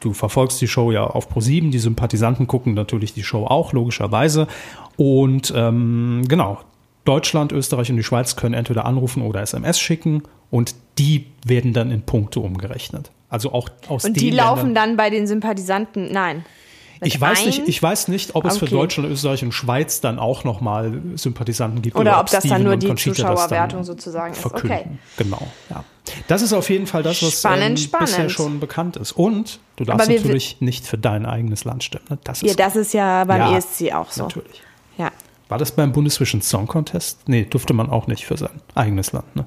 S1: du verfolgst die Show ja auf Pro7, die Sympathisanten gucken natürlich die Show auch, logischerweise. Und ähm, genau, Deutschland, Österreich und die Schweiz können entweder anrufen oder SMS schicken und die werden dann in Punkte umgerechnet. Also auch aus
S2: und
S1: den
S2: die laufen
S1: Ländern-
S2: dann bei den Sympathisanten. Nein.
S1: ich weiß, nicht,
S2: ein?
S1: ich weiß nicht, ob es für
S2: Okay.
S1: Deutschland, Österreich und Schweiz dann auch nochmal Sympathisanten gibt.
S2: Oder ob das
S1: Steven
S2: dann nur
S1: und
S2: die
S1: Conchita das dann
S2: Zuschauerwertung sozusagen ist.
S1: Verkünden.
S2: Okay.
S1: Genau, ja. Das ist auf jeden Fall das, was ähm,
S2: Spannend,
S1: bisher
S2: spannend.
S1: schon bekannt ist. Und du darfst
S2: Aber wir-
S1: natürlich nicht für dein eigenes Land stimmen. ne? Das ist,
S2: Ja, das ist ja beim
S1: Ja,
S2: ESC auch so.
S1: Natürlich.
S2: Ja.
S1: War das beim Bundesvision Song Contest? Nee, durfte man auch nicht für sein eigenes Land. Ne?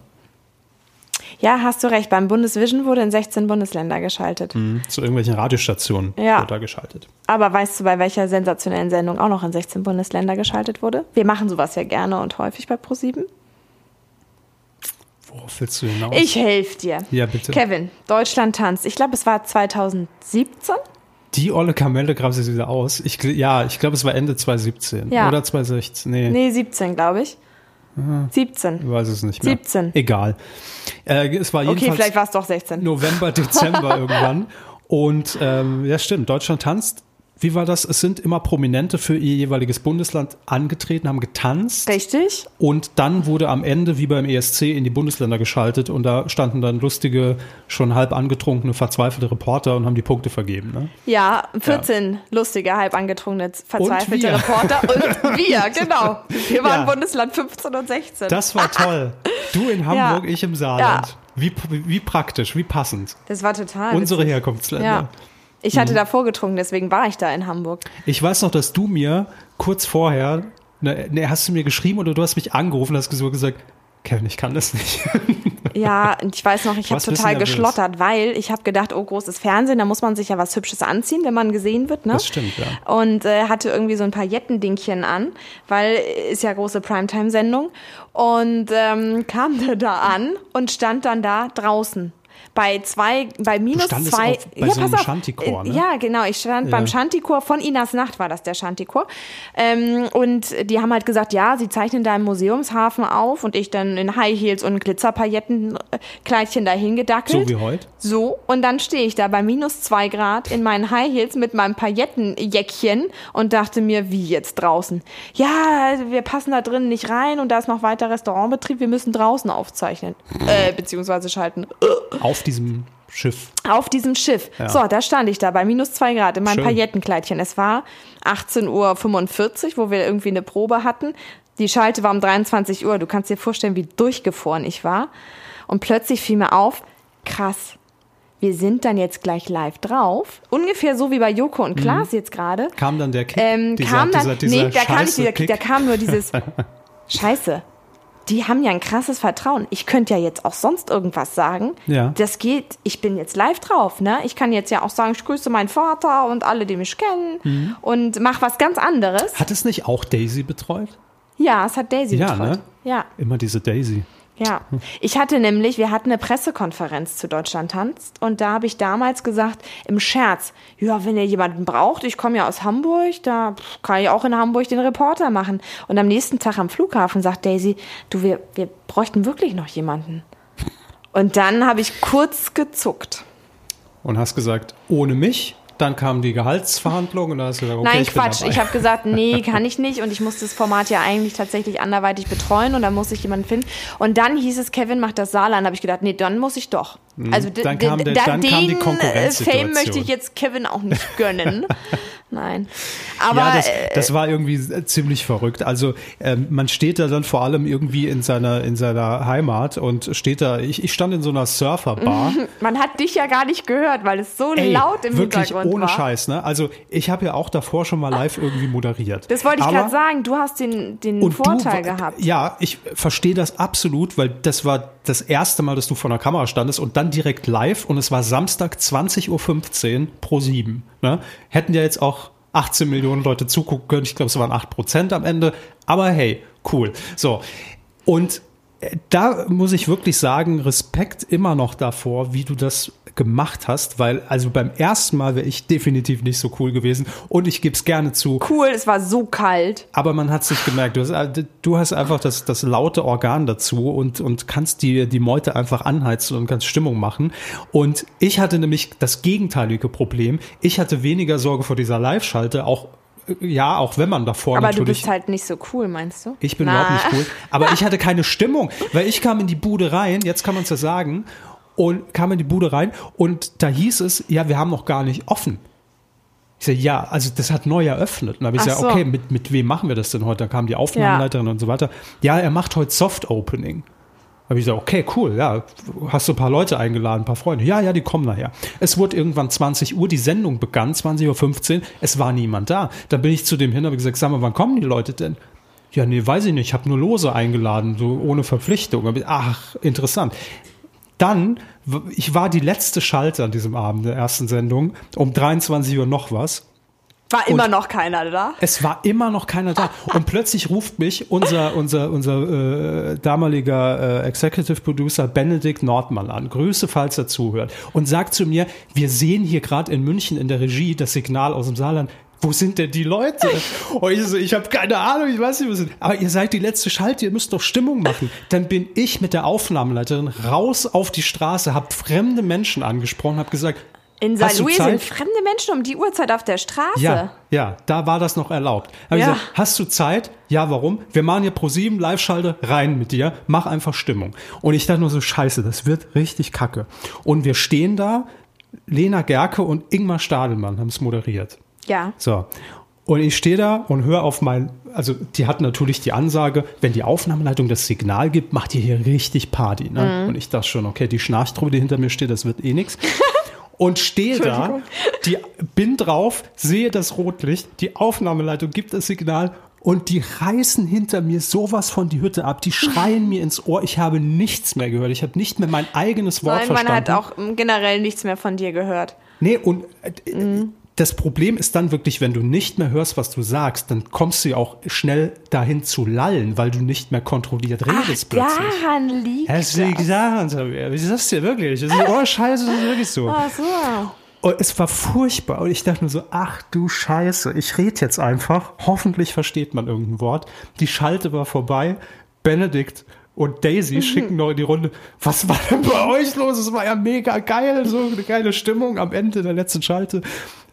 S2: ja, hast du recht. Beim Bundesvision wurde in 16 Bundesländer geschaltet.
S1: Zu irgendwelchen Radiostationen
S2: Ja.
S1: wurde da geschaltet.
S2: Aber weißt du, bei welcher sensationellen Sendung auch noch in 16 Bundesländer geschaltet wurde? Wir machen sowas ja gerne und häufig bei ProSieben.
S1: Worauf willst du hinaus?
S2: Ich helfe dir.
S1: Ja, bitte.
S2: Kevin, Deutschland tanzt. Ich glaube, es war 2017.
S1: Die olle Kamelle grab sie wieder aus. Ich, gl- ja, ich glaube, es war Ende 2017
S2: Ja.
S1: oder 2016. Nee,
S2: Nee, 17, glaube ich. 17.
S1: Ah. ich weiß es nicht mehr.
S2: 17.
S1: Egal. Äh, es war
S2: Okay,
S1: jedenfalls
S2: vielleicht war es doch 16. [LAUGHS]
S1: November, Dezember irgendwann. Und ähm, ja, stimmt, Deutschland tanzt. Wie war das? Es sind immer Prominente für ihr jeweiliges Bundesland angetreten, haben getanzt.
S2: Richtig?
S1: Und dann wurde am Ende, wie beim ESC, in die Bundesländer geschaltet. Und da standen dann lustige, schon halb angetrunkene, verzweifelte Reporter und haben die Punkte vergeben. Ne?
S2: Ja, 14 lustige, halb angetrunkene, verzweifelte
S1: wir. [LAUGHS]
S2: Reporter und wir, genau. Wir
S1: Ja.
S2: waren Bundesland 15 und 16.
S1: Das war toll. Du in Hamburg,
S2: [LAUGHS] Ja.
S1: ich im Saarland.
S2: Ja.
S1: Wie, wie praktisch, wie passend.
S2: Das war total.
S1: Unsere Mhm.
S2: witzig.
S1: Herkunftsländer.
S2: Ja. Ich hatte davor getrunken, deswegen war ich da in Hamburg.
S1: Ich weiß noch, dass du mir kurz vorher, ne, ne, hast du mir geschrieben oder du hast mich angerufen und hast so gesagt, Kevin, ich kann das nicht.
S2: [LAUGHS] Ja, und ich weiß noch, ich habe
S1: warst ein bisschen
S2: total
S1: nervös.
S2: geschlottert, weil ich habe gedacht, oh, großes Fernsehen, da muss man sich ja was Hübsches anziehen, wenn man gesehen wird, ne?
S1: Das stimmt, ja.
S2: Und äh, hatte irgendwie so ein Paillettendingchen an, weil äh, ist ja große Primetime-Sendung. Und ähm, kam der da an und stand dann da draußen. Bei zwei, bei minus
S1: standest
S2: zwei.
S1: auf- bei so einem Shantychor,
S2: Äh,
S1: ne?
S2: Ja, genau. Ich stand beim Shantychor von Inas Nacht war das der Shantychor. Ähm, und die haben halt gesagt, ja, sie zeichnen da im Museumshafen auf und ich dann in High Heels und Glitzerpaillettenkleidchen dahin gedackelt.
S1: So wie heute.
S2: So, und dann stehe ich da bei minus zwei Grad in meinen High Heels mit meinem Paillettenjäckchen und dachte mir, wie jetzt draußen? Ja, also wir passen da drin nicht rein und da ist noch weiter Restaurantbetrieb, wir müssen draußen aufzeichnen, äh, beziehungsweise schalten.
S1: Auf diesem Schiff.
S2: Auf diesem Schiff.
S1: Ja.
S2: So, da stand ich da bei minus zwei Grad in meinem
S1: Schön.
S2: Paillettenkleidchen. Es war 18.45 Uhr, wo wir irgendwie eine Probe hatten. Die Schalte war um 23 Uhr. Du kannst dir vorstellen, wie durchgefroren ich war. Und plötzlich fiel mir auf, krass, wir sind dann jetzt gleich live drauf. Ungefähr so wie bei Joko und Klaas
S1: Mhm.
S2: jetzt gerade.
S1: Kam dann der Kick.
S2: Ähm,
S1: dieser,
S2: kam dann,
S1: dieser, dieser
S2: nee, da kam, nicht
S1: scheiße
S2: dieser,
S1: Kick.
S2: da kam nur
S1: [LAUGHS]
S2: dieses Scheiße. Die haben ja ein krasses Vertrauen. Ich könnte ja jetzt auch sonst irgendwas sagen.
S1: Ja.
S2: Das geht, ich bin jetzt live drauf, ne? Ich kann jetzt ja auch sagen, ich grüße meinen Vater und alle, die mich kennen
S1: Mhm.
S2: und mach was ganz anderes.
S1: Hat es nicht auch Daisy betreut?
S2: Ja, es hat Daisy
S1: Ja,
S2: betreut.
S1: ne?
S2: Ja,
S1: Immer diese Daisy.
S2: ja. Ich hatte nämlich, wir hatten eine Pressekonferenz zu Deutschland tanzt und da habe ich damals gesagt, im Scherz, ja, wenn ihr jemanden braucht, ich komme ja aus Hamburg, da pff, kann ich auch in Hamburg den Reporter machen. Und am nächsten Tag am Flughafen sagt Daisy, du, wir, wir bräuchten wirklich noch jemanden. Und dann habe ich kurz gezuckt.
S1: Und hast gesagt, ohne mich Dann kamen die Gehaltsverhandlungen und da hast du gesagt, okay,
S2: Nein,
S1: ich bin
S2: Quatsch.
S1: dabei.
S2: Ich habe gesagt, nee, kann ich nicht. Und ich muss das Format ja eigentlich tatsächlich anderweitig betreuen und da muss ich jemanden finden. Und dann hieß es, Kevin macht das Saarland. Da habe ich gedacht, nee, dann muss ich doch. Also d-
S1: Mhm. Dann
S2: d-
S1: kam der-
S2: d-
S1: dann
S2: den
S1: kam die
S2: äh,
S1: Konkurrenzsituation.
S2: Fame möchte ich jetzt Kevin auch
S1: [LAUGHS]
S2: nicht gönnen. Nein. Aber
S1: ja, das,
S2: äh,
S1: das war irgendwie ziemlich verrückt. Also ähm, man steht da dann vor allem irgendwie in seiner in seiner Heimat und steht da. Ich, ich stand in so einer
S2: [LAUGHS]
S1: Surferbar.
S2: man hat dich ja gar nicht gehört, weil es so
S1: Ey,
S2: laut im
S1: wirklich
S2: Hintergrund
S1: ohne
S2: war.
S1: Scheiß. Ne? Also ich habe ja auch davor schon mal live irgendwie moderiert.
S2: Das wollte ich
S1: Aber-
S2: gerade sagen. Du hast den, den
S1: Und
S2: Vorteil
S1: du,
S2: gehabt.
S1: Ja, ich verstehe das absolut, weil das war das erste Mal, dass du vor einer Kamera standest und dann direkt live und es war Samstag 20.15 Uhr pro 7. Ne? Hätten ja jetzt auch 18 Millionen Leute zugucken können. Ich glaube, es waren 8% am Ende. Aber hey, cool. So. Und äh, da muss ich wirklich sagen, Respekt immer noch davor, wie du das gemacht hast, weil also beim ersten Mal wäre ich definitiv nicht so cool gewesen und ich gebe es gerne zu,
S2: Cool, es war so kalt.
S1: aber man hat sich gemerkt, du hast, du hast einfach das, das laute Organ dazu und, und kannst die, die Meute einfach anheizen und kannst Stimmung machen. Und ich hatte nämlich das gegenteilige Problem. Ich hatte weniger Sorge vor dieser Live-Schalte, auch äh, ja, auch wenn man davor
S2: Aber du
S1: natürlich.
S2: bist halt nicht so cool, meinst du?
S1: ich bin
S2: Na.
S1: überhaupt nicht cool. Aber ich hatte keine Stimmung, weil ich kam in die Bude rein, jetzt kann man es ja sagen, und kam in die Bude rein und da hieß es, ja, wir haben noch gar nicht offen. Ich sage, ja, also das hat neu eröffnet. Und dann habe ich
S2: Ach
S1: gesagt,
S2: so.
S1: okay, mit, mit wem machen wir das denn heute? Dann kam die Aufnahmeleiterin und so weiter. Ja, er macht heute Soft Opening. Habe ich gesagt, okay, cool, ja, hast du ein paar Leute eingeladen, ein paar Freunde. Ja, ja, die kommen nachher. Es wurde irgendwann 20 Uhr, die Sendung begann, 20.15 Uhr, es war niemand da. Dann bin ich zu dem hin, habe gesagt, sag mal, wann kommen die Leute denn? Ja, nee, weiß ich nicht, ich habe nur Lose eingeladen, so ohne Verpflichtung. Hab ich- Ach, interessant dann, w- ich war die letzte Schalte an diesem Abend der ersten Sendung, um 23 Uhr noch was.
S2: War immer noch keiner da.
S1: Es war immer noch keiner da.
S2: [LAUGHS]
S1: Und plötzlich ruft mich unser, unser, unser äh, damaliger äh, Executive Producer Benedikt Nordmann an. Grüße, falls er zuhört. Und sagt zu mir, wir sehen hier gerade in München in der Regie das Signal aus dem Saarland. Wo sind denn die
S2: [LAUGHS]
S1: Leute? Und ich so, ich habe keine Ahnung, ich weiß nicht, wo sie sind. Aber ihr seid die letzte Schalte, ihr müsst doch Stimmung machen. Dann bin ich mit der Aufnahmeleiterin raus auf die Straße, habe fremde Menschen angesprochen, habe gesagt,
S2: In St.
S1: Hast du
S2: Louis
S1: Zeit?
S2: sind fremde Menschen um die Uhrzeit auf der Straße.
S1: Ja, ja, da war das noch erlaubt. Hab
S2: Ja.
S1: ich gesagt, hast du Zeit? Ja, warum? Wir machen hier pro 7 Live-Schalte rein mit dir, mach einfach Stimmung. Und ich dachte nur so, scheiße, das wird richtig kacke. Und wir stehen da, Lena Gerke und Ingmar Stadelmann haben es moderiert.
S2: Ja.
S1: So. Und ich stehe da und höre auf mein, also die hat natürlich die Ansage, wenn die Aufnahmeleitung das Signal gibt, macht ihr hier richtig Party. Ne?
S2: Mhm.
S1: Und ich dachte schon, okay, die Schnarchtruppe, die hinter mir steht, das wird eh
S2: [LAUGHS]
S1: nix. Und stehe da, die, bin drauf, sehe das Rotlicht, die Aufnahmeleitung gibt das Signal und die reißen hinter mir sowas von die Hütte ab. Die
S2: [LAUGHS]
S1: schreien mir ins Ohr. Ich habe nichts mehr gehört. Ich habe nicht mehr mein eigenes Wort
S2: Nein, man
S1: verstanden.
S2: hat auch mm, generell nichts mehr von dir gehört.
S1: Nee, und äh, das Problem ist dann wirklich, wenn du nicht mehr hörst, was du sagst, dann kommst du ja auch schnell dahin zu lallen, weil du nicht mehr kontrolliert redest plötzlich.
S2: Daran liegt
S1: Hast du
S2: das.
S1: gesagt, Xavier? wie ist das denn wirklich? Das ist, oh, scheiße, das ist wirklich so.
S2: Ach so.
S1: Und Oh, es war furchtbar. Und ich dachte nur so, ach du Scheiße, ich rede jetzt einfach. Hoffentlich versteht man irgendein Wort. Die Schalte war vorbei. Benedikt und
S2: Mhm.
S1: Daisy schicken noch in die Runde. Was war denn
S2: [LAUGHS]
S1: bei euch los? Es war ja mega geil. So eine geile Stimmung am Ende der letzten Schalte.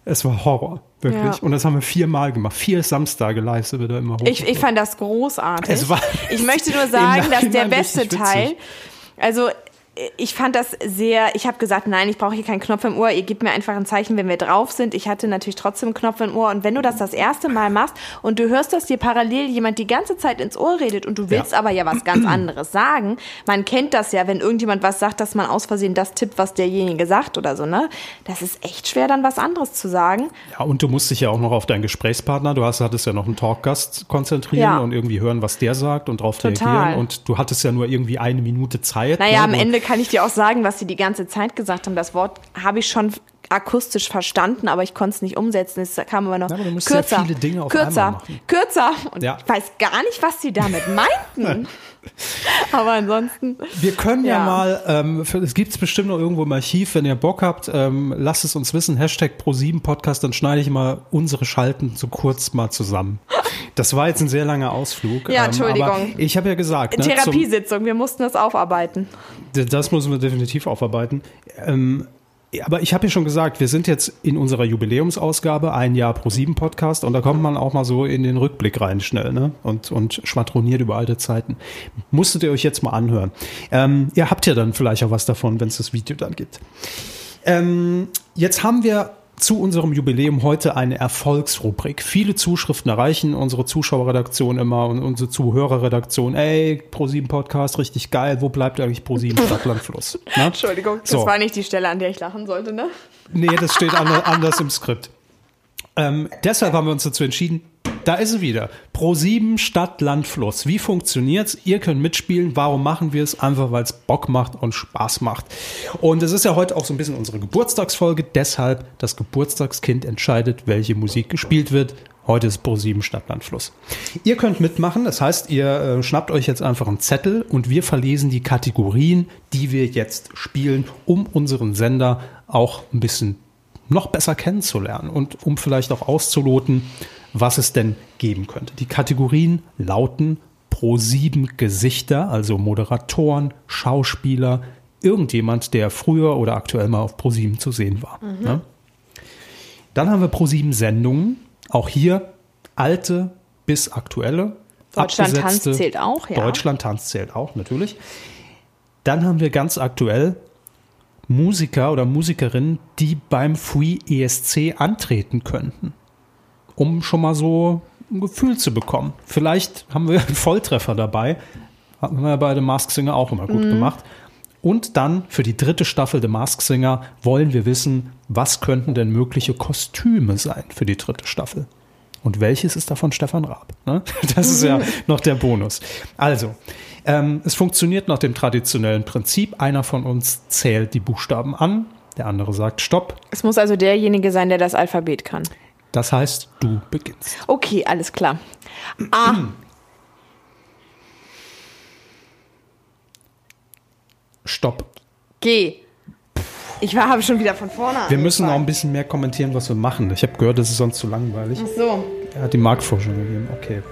S1: Es war Horror, wirklich.
S2: Ja.
S1: Und das haben wir viermal gemacht. Vier Samstage live sind wir da immer hoch.
S2: Ich, ich fand das großartig.
S1: Es war-
S2: ich möchte
S1: [LAUGHS]
S2: nur
S1: Im
S2: sagen, dass der
S1: Nachhinein
S2: beste
S1: richtig
S2: Teil,
S1: witzig.
S2: also ich fand das sehr, ich habe gesagt, nein, ich brauche hier keinen Knopf im Ohr, ihr gebt mir einfach ein Zeichen, wenn wir drauf sind. Ich hatte natürlich trotzdem einen Knopf im Ohr und wenn du das das erste Mal machst und du hörst, dass dir parallel jemand die ganze Zeit ins Ohr redet und du willst
S1: Ja.
S2: aber ja was ganz anderes sagen, man kennt das ja, wenn irgendjemand was sagt, dass man aus Versehen das tippt, was derjenige sagt oder so, ne? Das ist echt schwer, dann was anderes zu sagen.
S1: Ja, und du musst dich ja auch noch auf deinen Gesprächspartner, du hast, hattest ja noch einen Talkgast konzentrieren
S2: Ja.
S1: und irgendwie hören, was der sagt und drauf
S2: Total.
S1: reagieren. Und du hattest ja nur irgendwie eine Minute Zeit.
S2: Naja,
S1: ne,
S2: am
S1: wo-
S2: Ende kann ich dir auch sagen, was sie die ganze Zeit gesagt haben. Das Wort habe ich schon akustisch verstanden, aber ich konnte es nicht umsetzen. Es kam aber noch
S1: Ja, aber du musst ja
S2: kürzer,
S1: viele Dinge auf
S2: kürzer,
S1: einmal machen.
S2: kürzer. Und
S1: Ja.
S2: ich weiß gar nicht, was
S1: [LAUGHS]
S2: sie damit meinten. aber ansonsten,
S1: Wir können ja,
S2: Ja.
S1: mal, ähm, für- es gibt's bestimmt noch irgendwo im Archiv, wenn ihr Bock habt, ähm, lasst es uns wissen, Hashtag Pro7Podcast, dann schneide ich mal unsere Schalten so kurz mal zusammen. Das war jetzt ein sehr langer Ausflug. ähm,
S2: Ja,
S1: Aber
S2: Entschuldigung.
S1: ich habe ja gesagt, ne, zum,
S2: Therapiesitzung, wir mussten das aufarbeiten.
S1: das müssen wir definitiv aufarbeiten. Ähm, aber ich habe ja schon gesagt, wir sind jetzt in unserer Jubiläumsausgabe, ein Jahr pro sieben Podcast, und da kommt man auch mal so in den Rückblick rein schnell, ne? Und, und schwadroniert über alte Zeiten. Musstet ihr euch jetzt mal anhören. Ähm, ihr habt ja dann vielleicht auch was davon, wenn es das Video dann gibt. Ähm, jetzt haben wir zu unserem Jubiläum heute eine Erfolgsrubrik. Viele Zuschriften erreichen unsere Zuschauerredaktion immer und unsere Zuhörerredaktion. Ey, Pro7 Podcast, richtig geil. Wo bleibt eigentlich Pro7 Stadtlandfluss? Ne?
S2: [LAUGHS] Entschuldigung, das
S1: So.
S2: war nicht die Stelle, an der ich lachen sollte, ne?
S1: Nee, das steht ander- anders im Skript. Ähm, deshalb haben wir uns dazu entschieden, da ist sie wieder. Pro7 Stadt, Land, Fluss. Wie funktioniert's? Ihr könnt mitspielen. Warum machen wir es? Einfach weil es Bock macht und Spaß macht. Und es ist ja heute auch so ein bisschen unsere Geburtstagsfolge. Deshalb das Geburtstagskind entscheidet, welche Musik gespielt wird. Heute ist Pro7 Stadt, Land, Fluss. Ihr könnt mitmachen. Das heißt, ihr äh, schnappt euch jetzt einfach einen Zettel und wir verlesen die Kategorien, die wir jetzt spielen, um unseren Sender auch ein bisschen noch besser kennenzulernen und um vielleicht auch auszuloten, was es denn geben könnte. Die Kategorien lauten pro sieben Gesichter, also Moderatoren, Schauspieler, irgendjemand, der früher oder aktuell mal auf pro sieben zu sehen war.
S2: Mhm.
S1: Ne? Dann haben wir pro sieben Sendungen, auch hier alte bis aktuelle.
S2: Deutschland tanzt
S1: abgesetzte-
S2: zählt auch, ja.
S1: Deutschland tanzt zählt auch, natürlich. Dann haben wir ganz aktuell Musiker oder Musikerinnen, die beim Free ESC antreten könnten, um schon mal so ein Gefühl zu bekommen. Vielleicht haben wir [LAUGHS] einen Volltreffer dabei. Haben wir bei The Mask Singer auch immer gut gemacht. Und dann für die dritte Staffel The Mask Singer wollen wir wissen, was könnten denn mögliche Kostüme sein für die dritte Staffel? Und welches ist davon Stefan Raab? Ne? [LAUGHS] Das ist ja noch der Bonus. Also, ähm, es funktioniert nach dem traditionellen Prinzip. Einer von uns zählt die Buchstaben an, der andere sagt Stopp.
S2: Es muss also derjenige sein, der das Alphabet kann.
S1: Das heißt, du beginnst.
S2: Okay, alles klar.
S1: Stopp.
S2: G. Ich war habe schon wieder von vorne.
S1: Wir müssen noch ein bisschen mehr kommentieren, was wir machen. Ich habe gehört, das ist sonst zu langweilig.
S2: angefangen. so.
S1: Er hat die Marktforschung gegeben. Okay.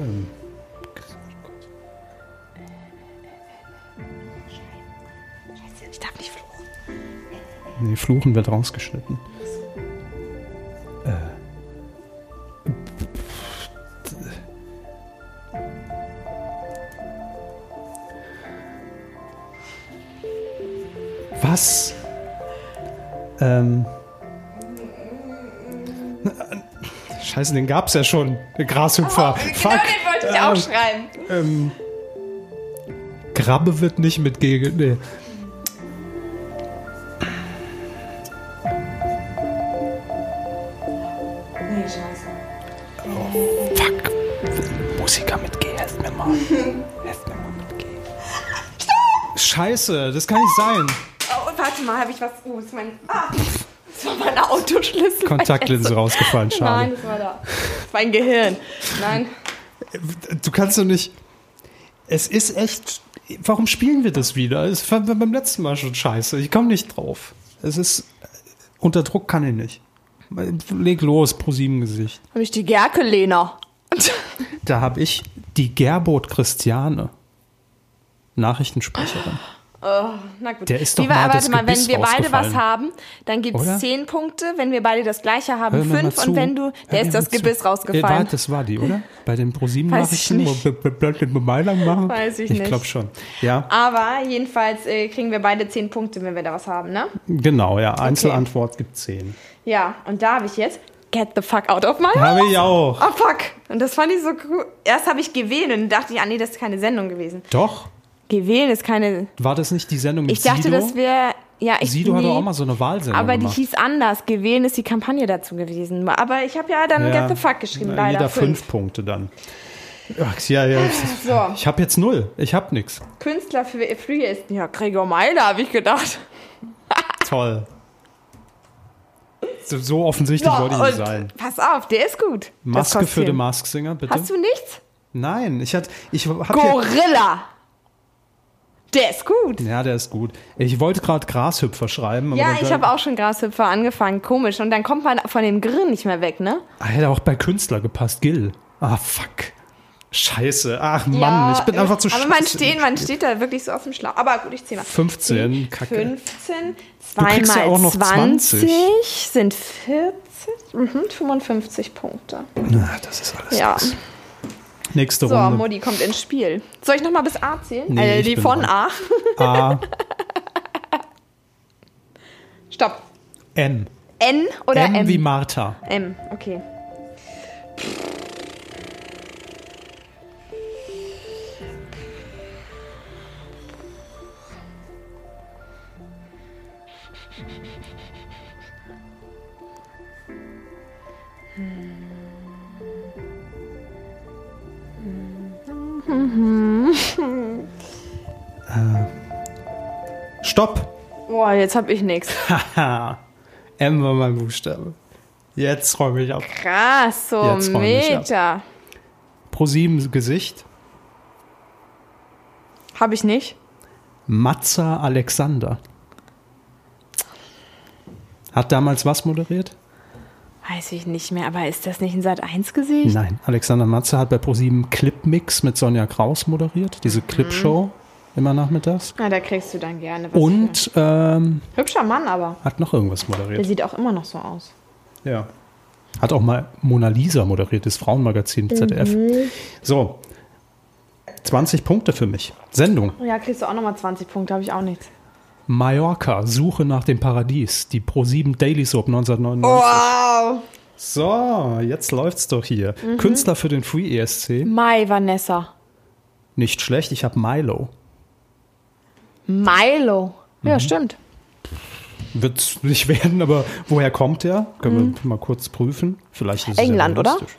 S1: Ähm.
S2: Ich darf nicht fluchen.
S1: Nee, Fluchen wird rausgeschnitten. Äh. Äh. Was? Ähm. Na, äh, Scheiße, den gab's ja schon. Der Grashüpfer. Fuck.
S2: Oh, genau, wollte ich auch schreiben.
S1: Ähm, Grabbe wird nicht mit G. Nee. Oh, fuck. Musiker mit G, helft mir
S2: [LAUGHS]
S1: mal. helft mir mal mit G. Scheiße, das kann nicht sein.
S2: Oh, warte mal, habe ich was? Oh, ist mein. Ah, das war mein Autoschlüssel.
S1: Kontaktlinse rausgefallen, schade.
S2: Nein, das war da. Das war mein Gehirn. Nein.
S1: Du kannst doch nicht. Es ist echt. Warum spielen wir das wieder? Es war beim letzten Mal schon scheiße. Ich komme nicht drauf. Es ist. Unter Druck kann ich nicht. Leg los, pro sieben Gesicht.
S2: Habe ich die Gerke-Lena.
S1: Da habe ich die Gerbot Christiane. Nachrichtensprecherin.
S2: Oh, Na gut.
S1: Der ist doch
S2: Lieber,
S1: mal
S2: warte
S1: das
S2: mal, wenn
S1: Gebiss
S2: wir beide was
S1: rausgefallen.
S2: haben, dann gibt
S1: Oder?
S2: es zehn Punkte. Wenn wir beide das gleiche haben,
S1: Hör mir mal
S2: fünf.
S1: zu.
S2: Und wenn du,
S1: Hör
S2: der
S1: mir
S2: ist das
S1: mal zu.
S2: Gebiss
S1: Äh,
S2: rausgefallen.
S1: warte, das war die, oder? Bei den
S2: Weiß ich
S1: ProSieben-Nachrichten, wo
S2: nicht.
S1: wir Blatt in Bemeilung machen?
S2: Weiß ich
S1: ich
S2: nicht.
S1: glaube schon. Ja,
S2: Aber jedenfalls äh, kriegen wir beide zehn Punkte, wenn wir da was haben, ne?
S1: genau, ja. Einzelantwort gibt zehn.
S2: Ja, und da habe ich jetzt Get the fuck out of my
S1: Habe
S2: house.
S1: ich auch.
S2: Oh fuck. Und das fand ich so cool. Erst habe ich gewählt und dachte ich, ah nee, das ist keine Sendung gewesen.
S1: Doch,
S2: Gewählt ist keine.
S1: war das nicht die Sendung mit
S2: Ich dachte,
S1: Sido?
S2: das wäre. Ja, ich.
S1: Sido hat
S2: nee,
S1: doch auch mal so eine Wahlsendung
S2: Aber
S1: gemacht.
S2: die hieß anders. Gewählt ist die Kampagne dazu gewesen. Aber ich habe ja dann Get the fuck geschrieben,
S1: na,
S2: leider.
S1: Jeder
S2: fünf.
S1: fünf Punkte dann. Ach, ja, ja.
S2: So.
S1: Ich habe jetzt null. Ich habe nichts.
S2: Künstler für Free ist. Ja, Gregor Meiler, habe ich gedacht.
S1: Toll. So, so offensichtlich wollte ich nicht sein.
S2: pass auf, der ist gut. das
S1: Maske für
S2: Kostüm.
S1: den Mask Singer, bitte.
S2: Hast du nichts?
S1: Nein, ich hatte, ich habe ja,
S2: Gorilla. Der ist gut.
S1: ja, der ist gut. Ich wollte gerade Grashüpfer schreiben. aber
S2: Ja,
S1: dann-
S2: ich habe auch schon Grashüpfer angefangen. Komisch. Und dann kommt man von dem Grill nicht mehr weg, ne?
S1: Ah, hätte auch bei Künstler gepasst, Gil. Ah, fuck. Scheiße, ach Mann, ich bin
S2: äh,
S1: einfach zu
S2: Aber
S1: scheiße.
S2: man steht, man steht da wirklich so auf dem Schlauch. Aber gut, ich zähle mal.
S1: 15, kacke.
S2: 15, 2
S1: Du kriegst ja
S2: mal
S1: auch noch
S2: 20,
S1: 20.
S2: sind 40, mhm, 55 Punkte.
S1: Na, das ist alles
S2: Ja.
S1: nix. Nächste
S2: So,
S1: Runde.
S2: Modi kommt ins Spiel. Soll ich nochmal bis A zählen?
S1: Nee,
S2: äh,
S1: ich
S2: die
S1: bin
S2: von
S1: dran.
S2: A.
S1: A,
S2: [LAUGHS] Stopp.
S1: M.
S2: N oder
S1: M,
S2: M?
S1: wie Martha.
S2: M, okay.
S1: Stopp.
S2: Boah, jetzt hab ich nichts.
S1: Haha. M war mein Buchstabe. Jetzt räume ich ab.
S2: Krass, so
S1: Jetzt räum ich ab.
S2: Meter.
S1: Pro sieben Gesicht.
S2: Hab ich nicht.
S1: Matza Alexander. Hat damals was moderiert?
S2: Weiß ich nicht mehr, aber ist das nicht ein Sat 1 Gesicht?
S1: Nein. Alexander Matze hat bei ProSieben Clipmix mit Sonja Kraus moderiert,
S2: Mhm.
S1: diese Clipshow immer nachmittags.
S2: Na, da kriegst du dann gerne was.
S1: Und ähm,
S2: Für. Hübscher Mann aber.
S1: hat noch irgendwas
S2: Der
S1: moderiert.
S2: sieht auch immer noch so aus.
S1: Ja. Hat auch mal Mona Lisa moderiert, das Frauenmagazin ZDF. So. 20 Punkte für mich. Sendung.
S2: Ja, kriegst du auch nochmal 20 Punkte, habe ich auch nichts.
S1: Mallorca, Suche nach dem Paradies, die ProSieben Daily Soap 1999.
S2: Oh. Wow!
S1: So, jetzt läuft's doch hier. Künstler für den Free ESC.
S2: Mai Vanessa.
S1: Nicht schlecht, ich habe Milo.
S2: Milo.
S1: Mhm.
S2: Ja, stimmt.
S1: Wird's nicht [LAUGHS] werden, aber woher kommt der? Können wir mal kurz prüfen. Vielleicht ist es ja
S2: Mhm. England, oder?
S1: realistisch.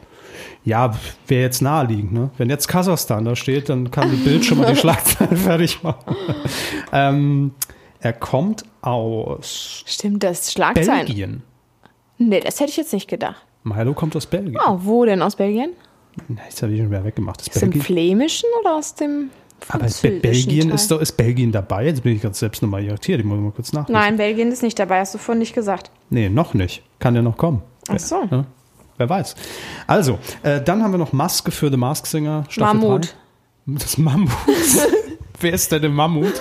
S1: Ja, wäre jetzt naheliegend. Ne? Wenn jetzt Kasachstan da steht, dann kann die Bild schon mal
S2: [LAUGHS]
S1: die Schlagzeile fertig machen. ähm, er kommt aus
S2: Stimmt, das ist Schlagzeilen.
S1: Belgien.
S2: Nee, das hätte ich jetzt nicht gedacht.
S1: Milo kommt aus Belgien.
S2: Oh, wo denn aus Belgien?
S1: Na, Jetzt habe ich schon wieder weggemacht. Ist
S2: Aus dem
S1: Belgien,
S2: Flämischen oder aus dem
S1: aber
S2: französischen
S1: Belgien
S2: Teil?
S1: ist, doch, ist Belgien dabei? Jetzt bin ich ganz selbst nochmal irritiert. Ich muss mal kurz nachdenken.
S2: Nein, Belgien ist nicht dabei, hast du vorhin nicht gesagt.
S1: Nee, noch nicht. Kann ja noch kommen.
S2: Ach so.
S1: Ja, Ne? wer weiß. Also, äh, dann haben wir noch Maske für The Mask Singer. Staffel
S2: Mammut.
S1: drei. Das Mammut. wer ist denn der Mammut?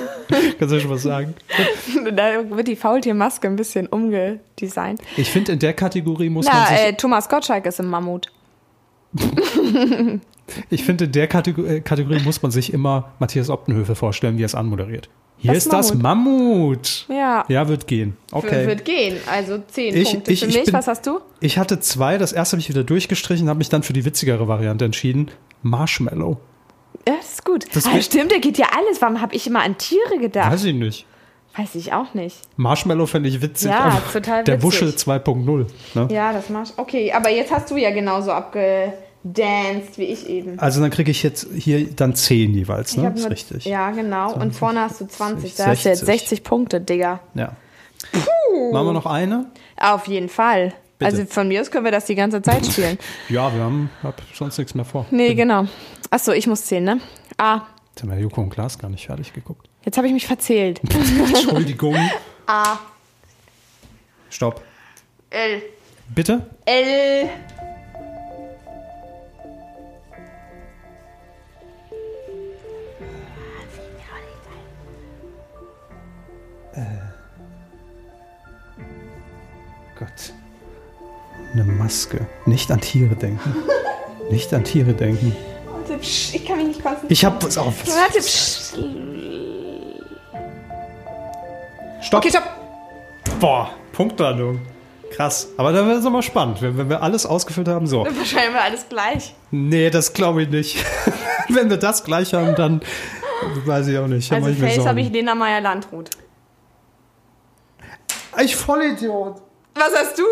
S1: Kannst du schon was sagen?
S2: [LAUGHS] da wird die Faultiermaske ein bisschen umgedesignt.
S1: Ich finde, in der Kategorie muss man
S2: Na,
S1: sich,
S2: äh, Thomas Gottschalk ist im Mammut.
S1: ich finde, in der Kategor äh, Kategorie muss man sich immer Matthias Optenhöfe vorstellen, wie er es anmoderiert. Hier
S2: Das
S1: ist das Mammut.
S2: Ja.
S1: Ja, wird gehen. Okay.
S2: Wird gehen. Also 10
S1: Ich-
S2: Punkte
S1: ich-
S2: für
S1: ich
S2: mich.
S1: bin-
S2: Was hast du?
S1: Ich hatte zwei. Das erste habe ich wieder durchgestrichen, habe mich dann für die witzigere Variante entschieden. Marshmallow.
S2: Ja, das ist gut.
S1: Das
S2: ah,
S1: wird-
S2: stimmt, da geht ja alles. Warum habe ich immer an Tiere gedacht?
S1: Weiß ich nicht.
S2: Weiß ich auch nicht.
S1: Marshmallow finde ich witzig.
S2: Ja,
S1: aber
S2: total
S1: Der
S2: witzig.
S1: Wuschel 2.0. Ne?
S2: Ja, das machst Okay, aber jetzt hast du ja genauso abgedanced wie ich eben.
S1: Also dann kriege ich jetzt hier dann 10 jeweils,
S2: Ich
S1: ne?
S2: hab
S1: ist
S2: nur-
S1: richtig.
S2: Ja, genau. Und vorne hast du 20. Da
S1: 60.
S2: hast du jetzt 60 Punkte, Digga.
S1: Ja. Machen wir noch eine?
S2: Auf jeden Fall.
S1: Bitte.
S2: Also von mir aus können wir das die ganze
S1: [LAUGHS]
S2: Zeit spielen.
S1: Ja, wir haben hab sonst nichts mehr vor.
S2: Nee, genau. Achso, ich muss zählen, ne? Ah,
S1: Jetzt haben wir Joko und Glas gar nicht fertig geguckt. [LAUGHS]
S2: jetzt habe ich mich verzählt. [LAUGHS]
S1: Entschuldigung. ah. Stopp.
S2: L.
S1: Bitte?
S2: L.
S1: Oh Gott. Eine Maske. Nicht an Tiere
S2: [LAUGHS]
S1: denken. nicht an Tiere denken.
S2: Warte, psch, Ich kann mich nicht konzentrieren.
S1: Ich hab was auf.
S2: Warte, psch.
S1: Stopp.
S2: Okay, stopp.
S1: Boah, Punktlandung. Krass. Aber dann wird es nochmal spannend, wenn, wenn wir alles ausgefüllt haben. So.
S2: Wahrscheinlich war alles gleich.
S1: Nee, das glaube ich nicht. [LAUGHS] Wenn wir das gleich haben, dann weiß ich auch nicht. Dann
S2: Also
S1: mach ich mir
S2: Face habe ich
S1: Sorgen.
S2: Lena Meyer Landrut.
S1: Ich Vollidiot.
S2: Was hast du?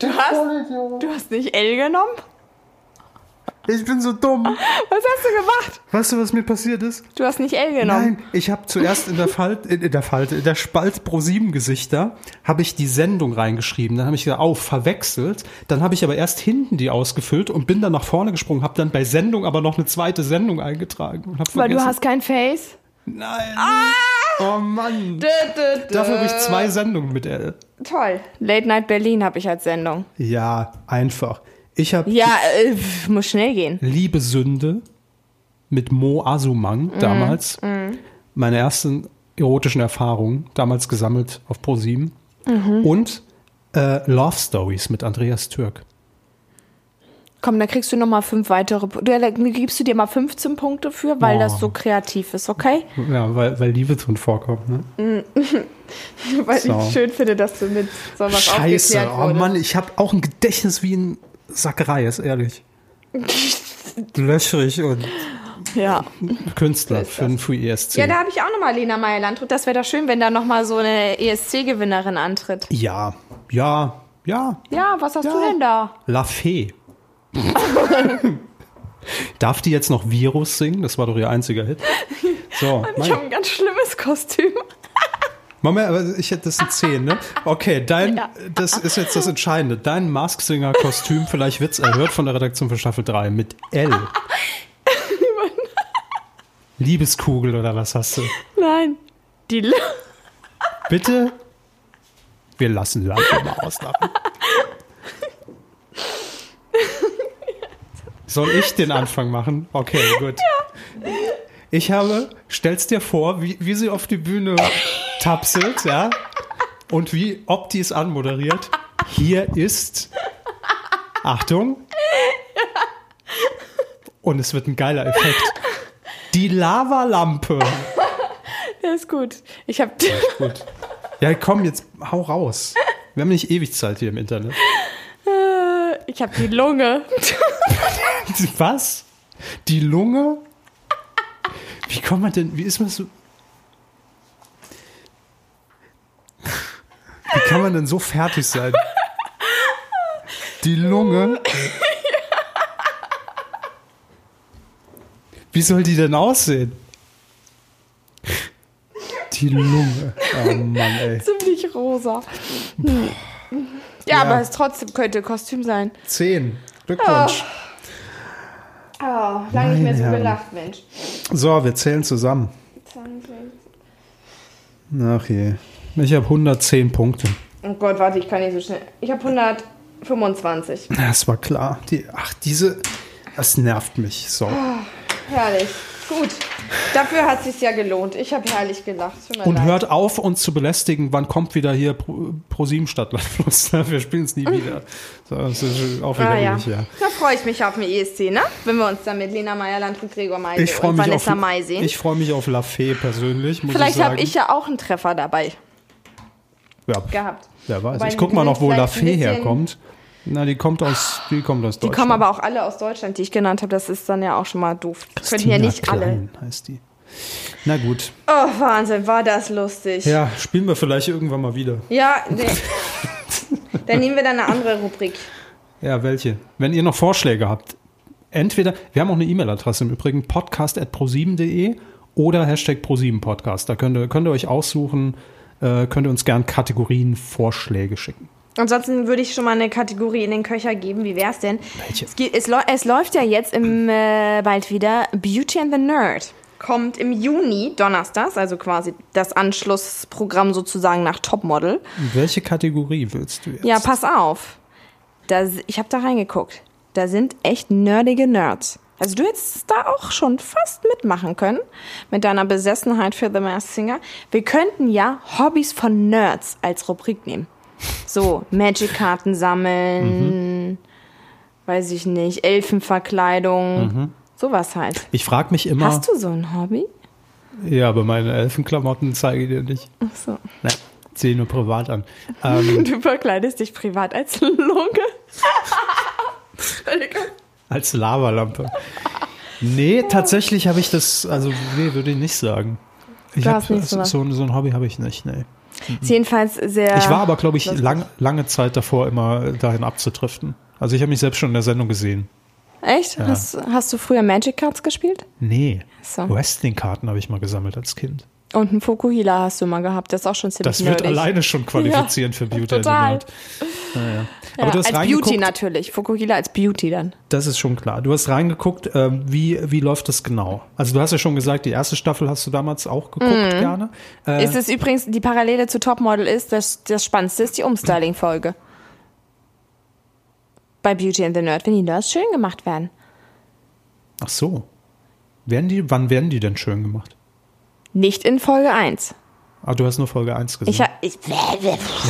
S2: Du hast,
S1: Vollidiot.
S2: du hast nicht L genommen?
S1: Ich bin so dumm.
S2: Was hast du gemacht?
S1: Weißt du, was mir passiert ist?
S2: Du hast nicht L genommen.
S1: Nein, ich habe zuerst in der Falte, in, in der Falte, in der Spalt Pro 7 Gesichter, habe ich die Sendung reingeschrieben. Dann habe ich gesagt, oh, verwechselt. Dann habe ich aber erst hinten die ausgefüllt und bin dann nach vorne gesprungen, habe dann bei Sendung aber noch eine zweite Sendung eingetragen und habe
S2: Weil
S1: vergessen.
S2: du hast Ah! kein Face.
S1: Nein. Oh Mann.
S2: Dö, dö, dö.
S1: Dafür habe ich zwei Sendungen mit äh, L.
S2: Toll. Late Night Berlin habe ich als Sendung.
S1: Ja, einfach. Ich habe
S2: Ja, äh, pf, muss schnell gehen.
S1: Liebe Sünde mit Mo Asumang
S2: Mhm,
S1: damals. Meine ersten erotischen Erfahrungen, damals gesammelt auf ProSieben.
S2: Mhm.
S1: Und äh, Love Stories mit Andreas Türk.
S2: Komm, da kriegst du nochmal fünf weitere Punkte. Da gibst du dir mal 15 Punkte für, weil
S1: Oh.
S2: das so kreativ ist, okay?
S1: Ja, weil, weil Liebe drin vorkommt. Ne?
S2: Weil
S1: So.
S2: ich schön finde, dass du mit so was
S1: Scheiße,
S2: aufgeklärt
S1: oh
S2: wurdest.
S1: Mann, ich habe auch ein Gedächtnis wie ein Sackreis, ehrlich. Löchrig und
S2: Ja.
S1: Künstler für den Free E ESC.
S2: ja, da habe ich auch nochmal Lena Meyer-Landrut. Das wäre doch schön, wenn da nochmal so eine ESC-Gewinnerin antritt.
S1: ja, ja, ja.
S2: Ja, was hast
S1: Ja.
S2: du denn da?
S1: La Fee. Darf die jetzt noch Virus singen? Das war doch ihr einziger Hit. So,
S2: Ich habe ein ganz schlimmes Kostüm. [LAUGHS]
S1: Moment, aber ich hätte das sind 10, ne? Okay, dein, das ist jetzt das Entscheidende. Dein Mask-Singer-Kostüm, vielleicht wird's erhört von der Redaktion für Staffel 3 mit L. Liebeskugel oder was hast du?
S2: Nein. Die L
S1: Bitte? Wir lassen Lampe mal auslachen. Soll ich den Anfang machen? Okay, gut. Ich habe, stell's dir vor, wie, wie sie auf die Bühne tapselt, ja? Und wie Opti es anmoderiert. Hier ist. Achtung. Und es wird ein geiler Effekt. Die Lavalampe.
S2: der [LAUGHS] ist gut. Ich habe
S1: Gut. Ja, komm, jetzt hau raus. Wir haben nicht ewig Zeit hier im Internet.
S2: ich hab die Lunge.
S1: Was? Die Lunge? Wie kommt man denn, wie ist man so... Wie kann man denn so fertig sein? Die Lunge? Wie soll die denn aussehen? Die Lunge. Oh Mann, ey.
S2: Ziemlich rosa. Hm. Ja, aber es trotzdem könnte Kostüm sein.
S1: Zehn. Glückwunsch.
S2: Oh, lange nicht mehr so
S1: Herren.
S2: gelacht, Mensch.
S1: So, wir zählen zusammen. Ach je. Ich habe 110 Punkte.
S2: Oh Gott, warte, ich kann nicht so schnell. Ich habe 125.
S1: Das war klar. Die, ach, diese. Das nervt mich. So.
S2: Herrlich. Gut. Dafür hat sich's ja gelohnt. Ich habe herrlich gelacht. Tut mir
S1: Und
S2: leid.
S1: hört auf, uns zu belästigen. Wann kommt wieder hier Pro, Pro 7 Stadtlandfluss? [LAUGHS] Wir spielen es nie wieder. So, das ist auch wieder
S2: Mhm. Ah, ja.
S1: ewig, ja.
S2: Da freue ich mich auf den ESC, ne? Wenn wir uns dann mit Lena Meyer-Land und Gregor Meisel
S1: Ich freue
S2: und
S1: mich,
S2: Vanessa
S1: auf-
S2: Mai sehen.
S1: ich freu mich auf La Fee persönlich. Muss
S2: Vielleicht
S1: ich
S2: habe
S1: sagen.
S2: ich ja auch einen Treffer dabei
S1: Ja,
S2: gehabt.
S1: wer weiß.
S2: Wobei
S1: Ich guck mal
S2: die
S1: noch, wo
S2: vielleicht
S1: La
S2: ein
S1: Fee
S2: bisschen-
S1: herkommt. Na, die kommt aus. Die kommt aus
S2: Die
S1: Deutschland.
S2: kommen aber auch alle aus Deutschland, die ich genannt habe. Das ist dann ja auch schon mal doof. Das könnten ja
S1: Tina
S2: nicht alle.
S1: Klein heißt die. Na gut.
S2: Oh, Wahnsinn, war das lustig.
S1: Ja, spielen wir vielleicht irgendwann mal wieder.
S2: Ja,
S1: [LAUGHS]
S2: nee. dann nehmen wir dann eine andere Rubrik.
S1: Ja, welche? Wenn ihr noch Vorschläge habt, entweder, wir haben auch eine E-Mail-Adresse im Übrigen, podcast.pro7.de oder Hashtag Pro7podcast. Da könnt ihr, könnt ihr euch aussuchen, äh, könnt ihr uns gern Kategorien, Vorschläge schicken.
S2: Ansonsten würde ich schon mal eine Kategorie in den Köcher geben. Wie wär's denn?
S1: Welche?
S2: Es, geht, es, läu- es läuft ja jetzt im, äh, bald wieder Beauty and the Nerd. Kommt im Juni, donnerstags, also quasi das Anschlussprogramm sozusagen nach Topmodel.
S1: Welche Kategorie willst du jetzt?
S2: Ja, pass auf. Da, s- ich habe da reingeguckt. Da sind echt nerdige Nerds. Also du hättest da auch schon fast mitmachen können mit deiner Besessenheit für The Masked Singer. Wir könnten ja Hobbys von Nerds als Rubrik nehmen. So, Magic-Karten sammeln,
S1: Mhm.
S2: weiß ich nicht, Elfenverkleidung,
S1: Mhm.
S2: sowas halt.
S1: Ich frage mich immer.
S2: Hast du so ein Hobby?
S1: Ja, aber meine Elfenklamotten zeige ich dir nicht.
S2: Ach so.
S1: Nein, zieh nur privat an.
S2: [LAUGHS]
S1: Ähm,
S2: Du verkleidest dich privat als
S1: [LAUGHS]
S2: Lunge. Entschuldigung.
S1: als Lavalampe. Nee, tatsächlich habe ich das, also nee, würde ich nicht sagen. Ich
S2: Du
S1: hab,
S2: hast nicht
S1: so,
S2: sowas.
S1: so, ein Hobby habe ich nicht, nee.
S2: Ist jedenfalls sehr.
S1: Ich war aber, glaube ich,
S2: lustig.
S1: lang, lange Zeit davor, immer dahin abzutriften. Also ich habe mich selbst schon in der Sendung gesehen.
S2: Echt? Hast, hast du früher Magic Cards gespielt?
S1: Nee.
S2: So.
S1: Wrestling-Karten habe ich mal gesammelt als Kind.
S2: Und einen Fokuhila hast du mal gehabt. Das ist auch schon ziemlich
S1: Das wird
S2: nerdig. [LAUGHS]
S1: alleine schon qualifizieren
S2: Ja,
S1: für Beauty and the
S2: total.
S1: Nerd.
S2: Ja,
S1: Aber du hast
S2: als Beauty ne?
S1: reingeguckt,
S2: natürlich. Fokuhila als Beauty dann.
S1: das ist schon klar. Du hast reingeguckt, ähm, wie, wie läuft das genau? Also du hast ja schon gesagt, die erste Staffel hast du damals auch geguckt
S2: Mhm.
S1: gerne. Äh,
S2: Ist es übrigens, die Parallele zu Topmodel ist, das, das Spannendste ist die Umstyling-Folge. bei Beauty and the Nerd, wenn die Nerds schön gemacht werden.
S1: Ach so. Werden die, wann werden die denn schön gemacht?
S2: Nicht in Folge 1.
S1: Ah, du hast nur Folge 1 gesehen.
S2: Ich, hab- ich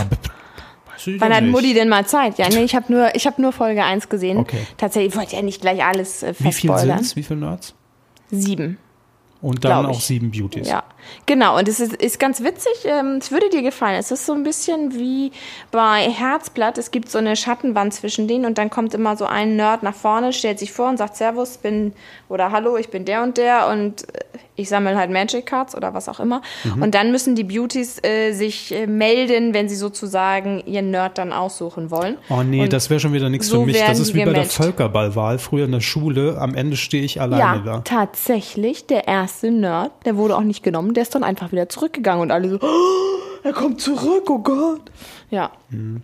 S1: Weiß ich
S2: Wann
S1: ja
S2: hat
S1: nicht.
S2: Mutti denn mal Zeit? Ja, nee, ich habe nur, ich hab nur Folge 1 gesehen.
S1: Okay.
S2: Tatsächlich ich wollte ja nicht gleich alles äh,
S1: Wie viel
S2: verspoilern.
S1: sind's? Wie viele Nerds?
S2: Sieben.
S1: Und dann
S2: Glaub
S1: auch
S2: ich.
S1: sieben Beauties.
S2: Ja, genau. Und es ist, ist ganz witzig. ähm, Es würde dir gefallen. Es ist so ein bisschen wie bei Herzblatt. Es gibt so eine Schattenwand zwischen denen und dann kommt immer so ein Nerd nach vorne, stellt sich vor und sagt Servus, bin oder Hallo, ich bin der und der und äh, ich sammle halt Magic Cards oder was auch immer.
S1: Mhm.
S2: Und dann müssen die Beauties äh, sich äh, melden, wenn sie sozusagen ihren Nerd dann aussuchen wollen.
S1: Oh nee,
S2: und
S1: das wäre schon wieder nichts
S2: so
S1: für mich.
S2: werden
S1: Das ist
S2: die
S1: wie bei der
S2: gematcht.
S1: Völkerballwahl früher in der Schule. Am Ende stehe ich alleine
S2: ja, also
S1: da.
S2: tatsächlich, der erste Nerd, der wurde auch nicht genommen, der ist dann einfach wieder zurückgegangen und alle so, oh, er kommt zurück, oh Gott. Ja.
S1: Mhm.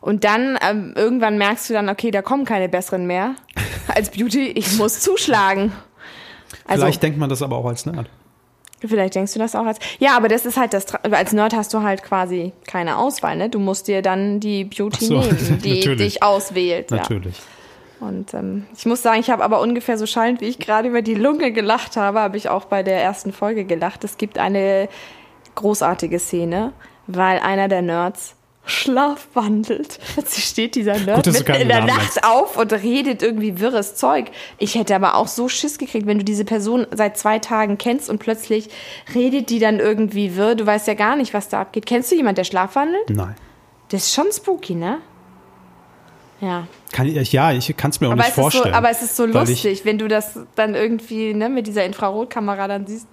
S2: Und dann ähm, irgendwann merkst du dann, okay, da kommen keine besseren mehr [LAUGHS] als Beauty, ich muss zuschlagen. Also,
S1: Vielleicht denkt man das aber auch als Nerd.
S2: Vielleicht denkst du das auch als. Ja, aber das ist halt das. Tra- Als Nerd hast du halt quasi keine Auswahl, ne? Du musst dir dann die Beauty
S1: Ach so, [LAUGHS]
S2: nehmen, die
S1: natürlich.
S2: dich auswählt.
S1: Natürlich.
S2: Ja. Und ähm, ich muss sagen, ich habe aber ungefähr so schallend, wie ich gerade über die Lunge gelacht habe, habe ich auch bei der ersten Folge gelacht. Es gibt eine großartige Szene, weil einer der Nerds schlafwandelt. [LAUGHS] Sie steht dieser Nerd
S1: Gut, dass du
S2: mitten
S1: keinen
S2: in der
S1: Namen
S2: Nacht
S1: nennst.
S2: auf und redet irgendwie wirres Zeug. Ich hätte aber auch so Schiss gekriegt, wenn du diese Person seit zwei Tagen kennst und plötzlich redet die dann irgendwie wirr. Du weißt ja gar nicht, was da abgeht. Kennst du jemand, der schlafwandelt?
S1: Nein.
S2: Das ist schon spooky, ne? Ja.
S1: Kann ich, ja, ich kann es mir auch
S2: Aber
S1: nicht
S2: es, ist so,
S1: vorstellen.
S2: aber es ist so
S1: weil ich-
S2: lustig, wenn du das dann irgendwie ne, mit dieser Infrarotkamera dann siehst.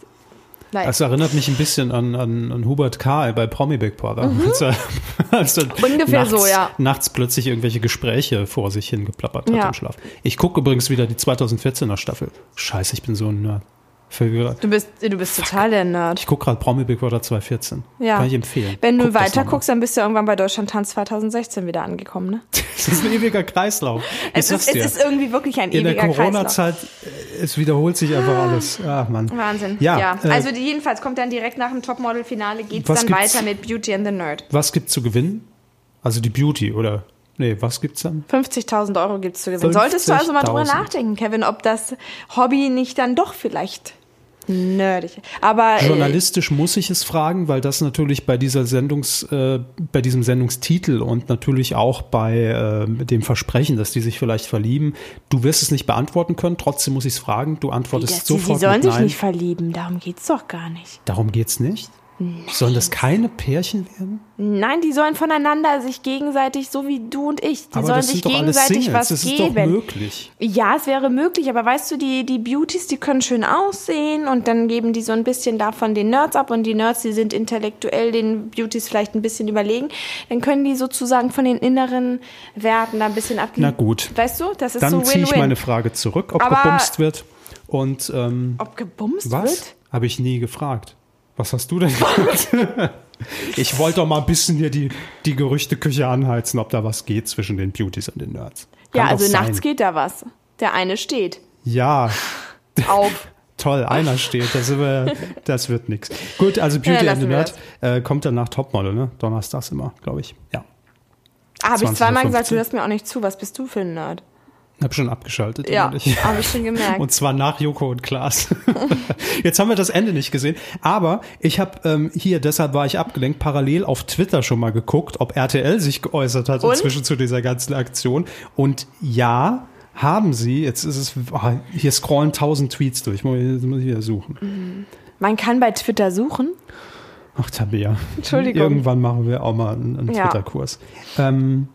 S2: Nein.
S1: Das erinnert mich ein bisschen an, an, an Hubert Kahl bei Promi Big Brother. Als er, als er
S2: Mhm. Ungefähr
S1: nachts,
S2: so, ja.
S1: Nachts plötzlich irgendwelche Gespräche vor sich hingeplappert hat
S2: Ja.
S1: im Schlaf. Ich gucke übrigens wieder die 2014er Staffel. Scheiße, ich bin so ein Nerd. Für-
S2: Du bist, du bist total der Nerd.
S1: Ich gucke gerade Promi Big Brother 2014.
S2: Ja.
S1: Kann ich empfehlen.
S2: Wenn du
S1: Guck das
S2: weiter
S1: noch mal.
S2: guckst, dann bist du irgendwann bei Deutschland Tanz 2016 wieder
S1: [LAUGHS]
S2: angekommen, ne?
S1: Das ist ein ewiger Kreislauf. Ich
S2: Es
S1: sag's
S2: ist, es
S1: dir.
S2: ist irgendwie wirklich ein
S1: in der
S2: ewiger Kreislauf. Ah,
S1: Corona-Zeit, äh, es wiederholt sich einfach alles. Ach, Mann.
S2: Wahnsinn.
S1: Ja, Äh,
S2: also die, jedenfalls kommt dann direkt nach dem Topmodel-Finale geht's
S1: was
S2: dann
S1: gibt's?
S2: weiter mit Beauty and the Nerd.
S1: was gibt's zu gewinnen? Also die Beauty, oder? Nee, was gibt's dann?
S2: 50.000 Euro gibt's zu gewinnen. Solltest du also mal drüber
S1: 50.000.
S2: nachdenken, Kevin, ob das Hobby nicht dann doch vielleicht nerdig. Aber äh,
S1: Journalistisch muss ich es fragen, weil das natürlich bei dieser Sendungs, äh, bei diesem Sendungstitel und natürlich auch bei äh, dem Versprechen, dass die sich vielleicht verlieben, du wirst es nicht beantworten können. Trotzdem muss ich es fragen. Du antwortest
S2: das, sie, sie
S1: sofort
S2: sollen
S1: mit
S2: sich
S1: Nein.
S2: nicht verlieben, darum geht's doch gar nicht.
S1: Darum geht's nicht. Sollen das keine Pärchen werden?
S2: Nein, die sollen voneinander sich gegenseitig, so wie du und ich, die
S1: Aber
S2: sollen
S1: das
S2: sich
S1: sind doch alles
S2: gegenseitig
S1: Singles.
S2: was
S1: Das ist
S2: geben.
S1: doch möglich.
S2: Ja, es wäre möglich, aber weißt du, die, die Beauties, die können schön aussehen und dann geben die so ein bisschen davon den Nerds ab und die Nerds, die sind intellektuell den Beauties vielleicht ein bisschen überlegen. Dann können die sozusagen von den inneren Werten da ein bisschen abgeben.
S1: Na gut.
S2: Weißt du, das ist
S1: Dann
S2: so
S1: ziehe ich meine
S2: Win-Win.
S1: Frage zurück, ob
S2: Aber-
S1: gebumst wird. Und ähm,
S2: Ob gebumst
S1: was?
S2: wird?
S1: Habe ich nie gefragt. Was hast du denn
S2: [LAUGHS]
S1: gemacht? ich wollte doch mal ein bisschen hier die, die Gerüchteküche anheizen, ob da was geht zwischen den Beauties und den Nerds. Kann
S2: Ja,
S1: doch
S2: also
S1: sein.
S2: nachts geht da was. Der
S1: [LAUGHS]
S2: eine steht
S1: Ja,
S2: auf.
S1: toll, einer steht. Das, sind wir, das wird nichts. Gut, also
S2: Ja,
S1: Beauty and
S2: lassen
S1: the
S2: wir
S1: Nerd äh, kommt dann nach Topmodel, ne? Donnerstags immer, glaube ich. Ja.
S2: Ah, Habe ich
S1: 20
S2: zweimal
S1: oder
S2: gesagt, du
S1: 15.
S2: hörst mir auch nicht zu. Was bist du für ein Nerd?
S1: Hab schon abgeschaltet.
S2: Ja,
S1: und
S2: [LAUGHS]
S1: ich-
S2: habe ich schon gemerkt.
S1: Und zwar nach Joko und Klaas. [LAUGHS] Jetzt haben wir das Ende nicht gesehen. Aber ich habe ähm, hier, deshalb war ich abgelenkt, parallel auf Twitter schon mal geguckt, ob RTL sich geäußert hat
S2: Und?
S1: inzwischen zu dieser ganzen Aktion. Und ja, haben sie. Jetzt ist es, ah, hier scrollen tausend Tweets durch. Muss ich- muss ich wieder suchen.
S2: Man kann bei Twitter suchen.
S1: Ach, Tabea.
S2: Entschuldigung.
S1: Irgendwann machen wir auch mal einen, einen
S2: Ja.
S1: Twitter-Kurs. Ähm,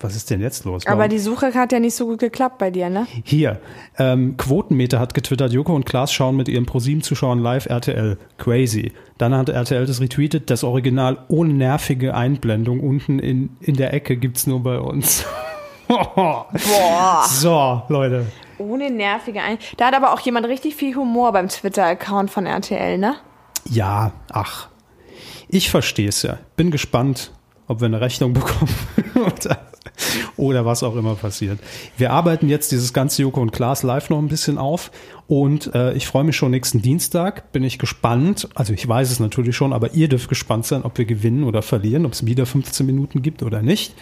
S1: was ist denn jetzt los?
S2: Aber
S1: Warum-
S2: die Suche hat ja nicht so gut geklappt bei
S1: [LAUGHS]
S2: dir, ne?
S1: Hier, ähm, Quotenmeter hat getwittert, Joko und Klaas schauen mit ihren ProSieben-Zuschauern live RTL. Crazy. Dann hat RTL das retweetet, das Original ohne nervige Einblendung unten in, in der Ecke gibt's nur bei uns. [LAUGHS]
S2: Boah.
S1: so, Leute.
S2: Ohne nervige Ein. Da hat aber auch jemand richtig viel Humor beim Twitter-Account von RTL, ne?
S1: Ja, ach. Ich verstehe es ja. Bin gespannt, ob wir eine Rechnung [LAUGHS] bekommen oder, oder was auch immer passiert. Wir arbeiten jetzt dieses ganze Joko und Klaas live noch ein bisschen auf und äh, ich freue mich schon nächsten Dienstag. Bin ich gespannt. Also ich weiß es natürlich schon, aber ihr dürft gespannt sein, ob wir gewinnen oder verlieren, ob es wieder 15 Minuten gibt oder nicht.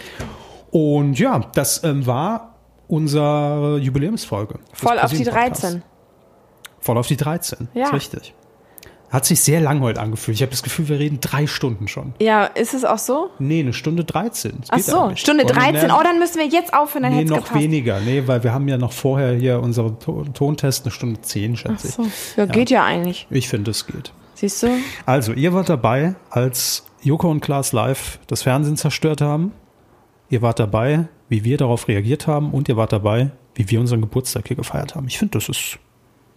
S1: Und ja, das ähm, war unsere Jubiläumsfolge. des
S2: Voll auf die
S1: ProSieben-Podcasts.
S2: 13.
S1: Voll auf die 13.
S2: Ja.
S1: Ist richtig. Hat sich sehr lang heute angefühlt. Ich habe das Gefühl, wir reden drei Stunden schon.
S2: Ja, ist es auch so?
S1: Nee, eine Stunde 13. Das
S2: Ach
S1: geht
S2: so,
S1: eigentlich.
S2: Stunde
S1: Wollen wir
S2: 13.
S1: mehr-
S2: Oh, dann müssen wir jetzt aufhören, dann
S1: Nee,
S2: hätte
S1: noch
S2: es gepasst.
S1: weniger. Nee, weil wir haben ja noch vorher hier unsere To- Tontest eine Stunde 10,
S2: Ach
S1: schätze
S2: so.
S1: ich.
S2: Ja, geht ja eigentlich.
S1: Ich finde, es geht.
S2: Siehst du?
S1: Also, ihr wart dabei, als Joko und Klaas live das Fernsehen zerstört haben. Ihr wart dabei, wie wir darauf reagiert haben. Und ihr wart dabei, wie wir unseren Geburtstag hier gefeiert haben. Ich finde, das ist,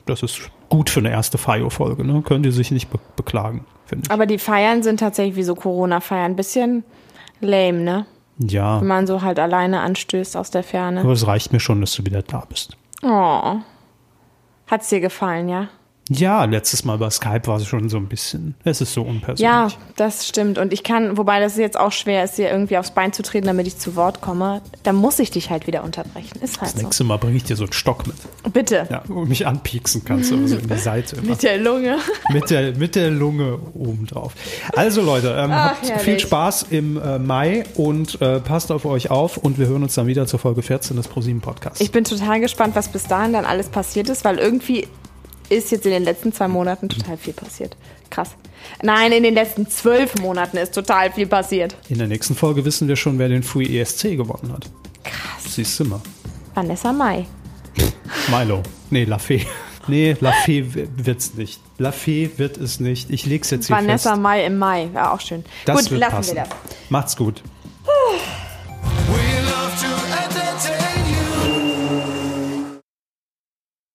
S1: das ist gut für eine erste FIO-Folge. Ne? Könnt ihr sich nicht be beklagen, finde
S2: Aber die Feiern sind tatsächlich wie so Corona-Feiern. Ein bisschen lame, ne?
S1: ich. Ja,
S2: Wenn man so halt alleine anstößt aus der Ferne.
S1: aber es reicht mir schon, dass du wieder da bist.
S2: Oh. Hat's dir gefallen, ja?
S1: Ja, letztes Mal bei Skype war es schon so ein bisschen. Es ist so
S2: Ja,
S1: unpersönlich.
S2: das stimmt. Und ich kann, wobei das jetzt auch schwer ist, dir irgendwie aufs Bein zu treten, damit ich zu Wort komme. Da muss ich dich halt wieder unterbrechen. Ist halt
S1: Das
S2: so.
S1: nächste Mal bringe ich dir so einen Stock mit,
S2: Bitte.
S1: ja, wo du mich anpieksen kannst, aber so in die Seite immer.
S2: Mit der Lunge.
S1: mit, der, mit der Lunge obendrauf. Also Leute, ähm,
S2: Ach,
S1: habt
S2: herrlich.
S1: viel Spaß im äh, Mai und äh, passt auf euch auf und wir hören uns dann wieder zur Folge 14 des ProSieben Podcasts.
S2: Ich bin total gespannt, was bis dahin dann alles passiert ist, weil irgendwie ist jetzt in den letzten zwei Monaten total viel passiert. Krass. Nein, in den letzten zwölf Monaten ist total viel passiert.
S1: In der nächsten Folge wissen wir schon, wer den Free ESC gewonnen hat. Krass. Siehst du mal.
S2: Vanessa Mai.
S1: Milo. Nee, Lafay. Nee, Lafay wird's nicht. Lafay wird es nicht. Ich leg's jetzt hier
S2: Vanessa
S1: fest.
S2: Mai im Mai. War auch schön.
S1: Das
S2: Gut,
S1: wird
S2: lassen
S1: passen.
S2: wir das.
S1: Macht's gut.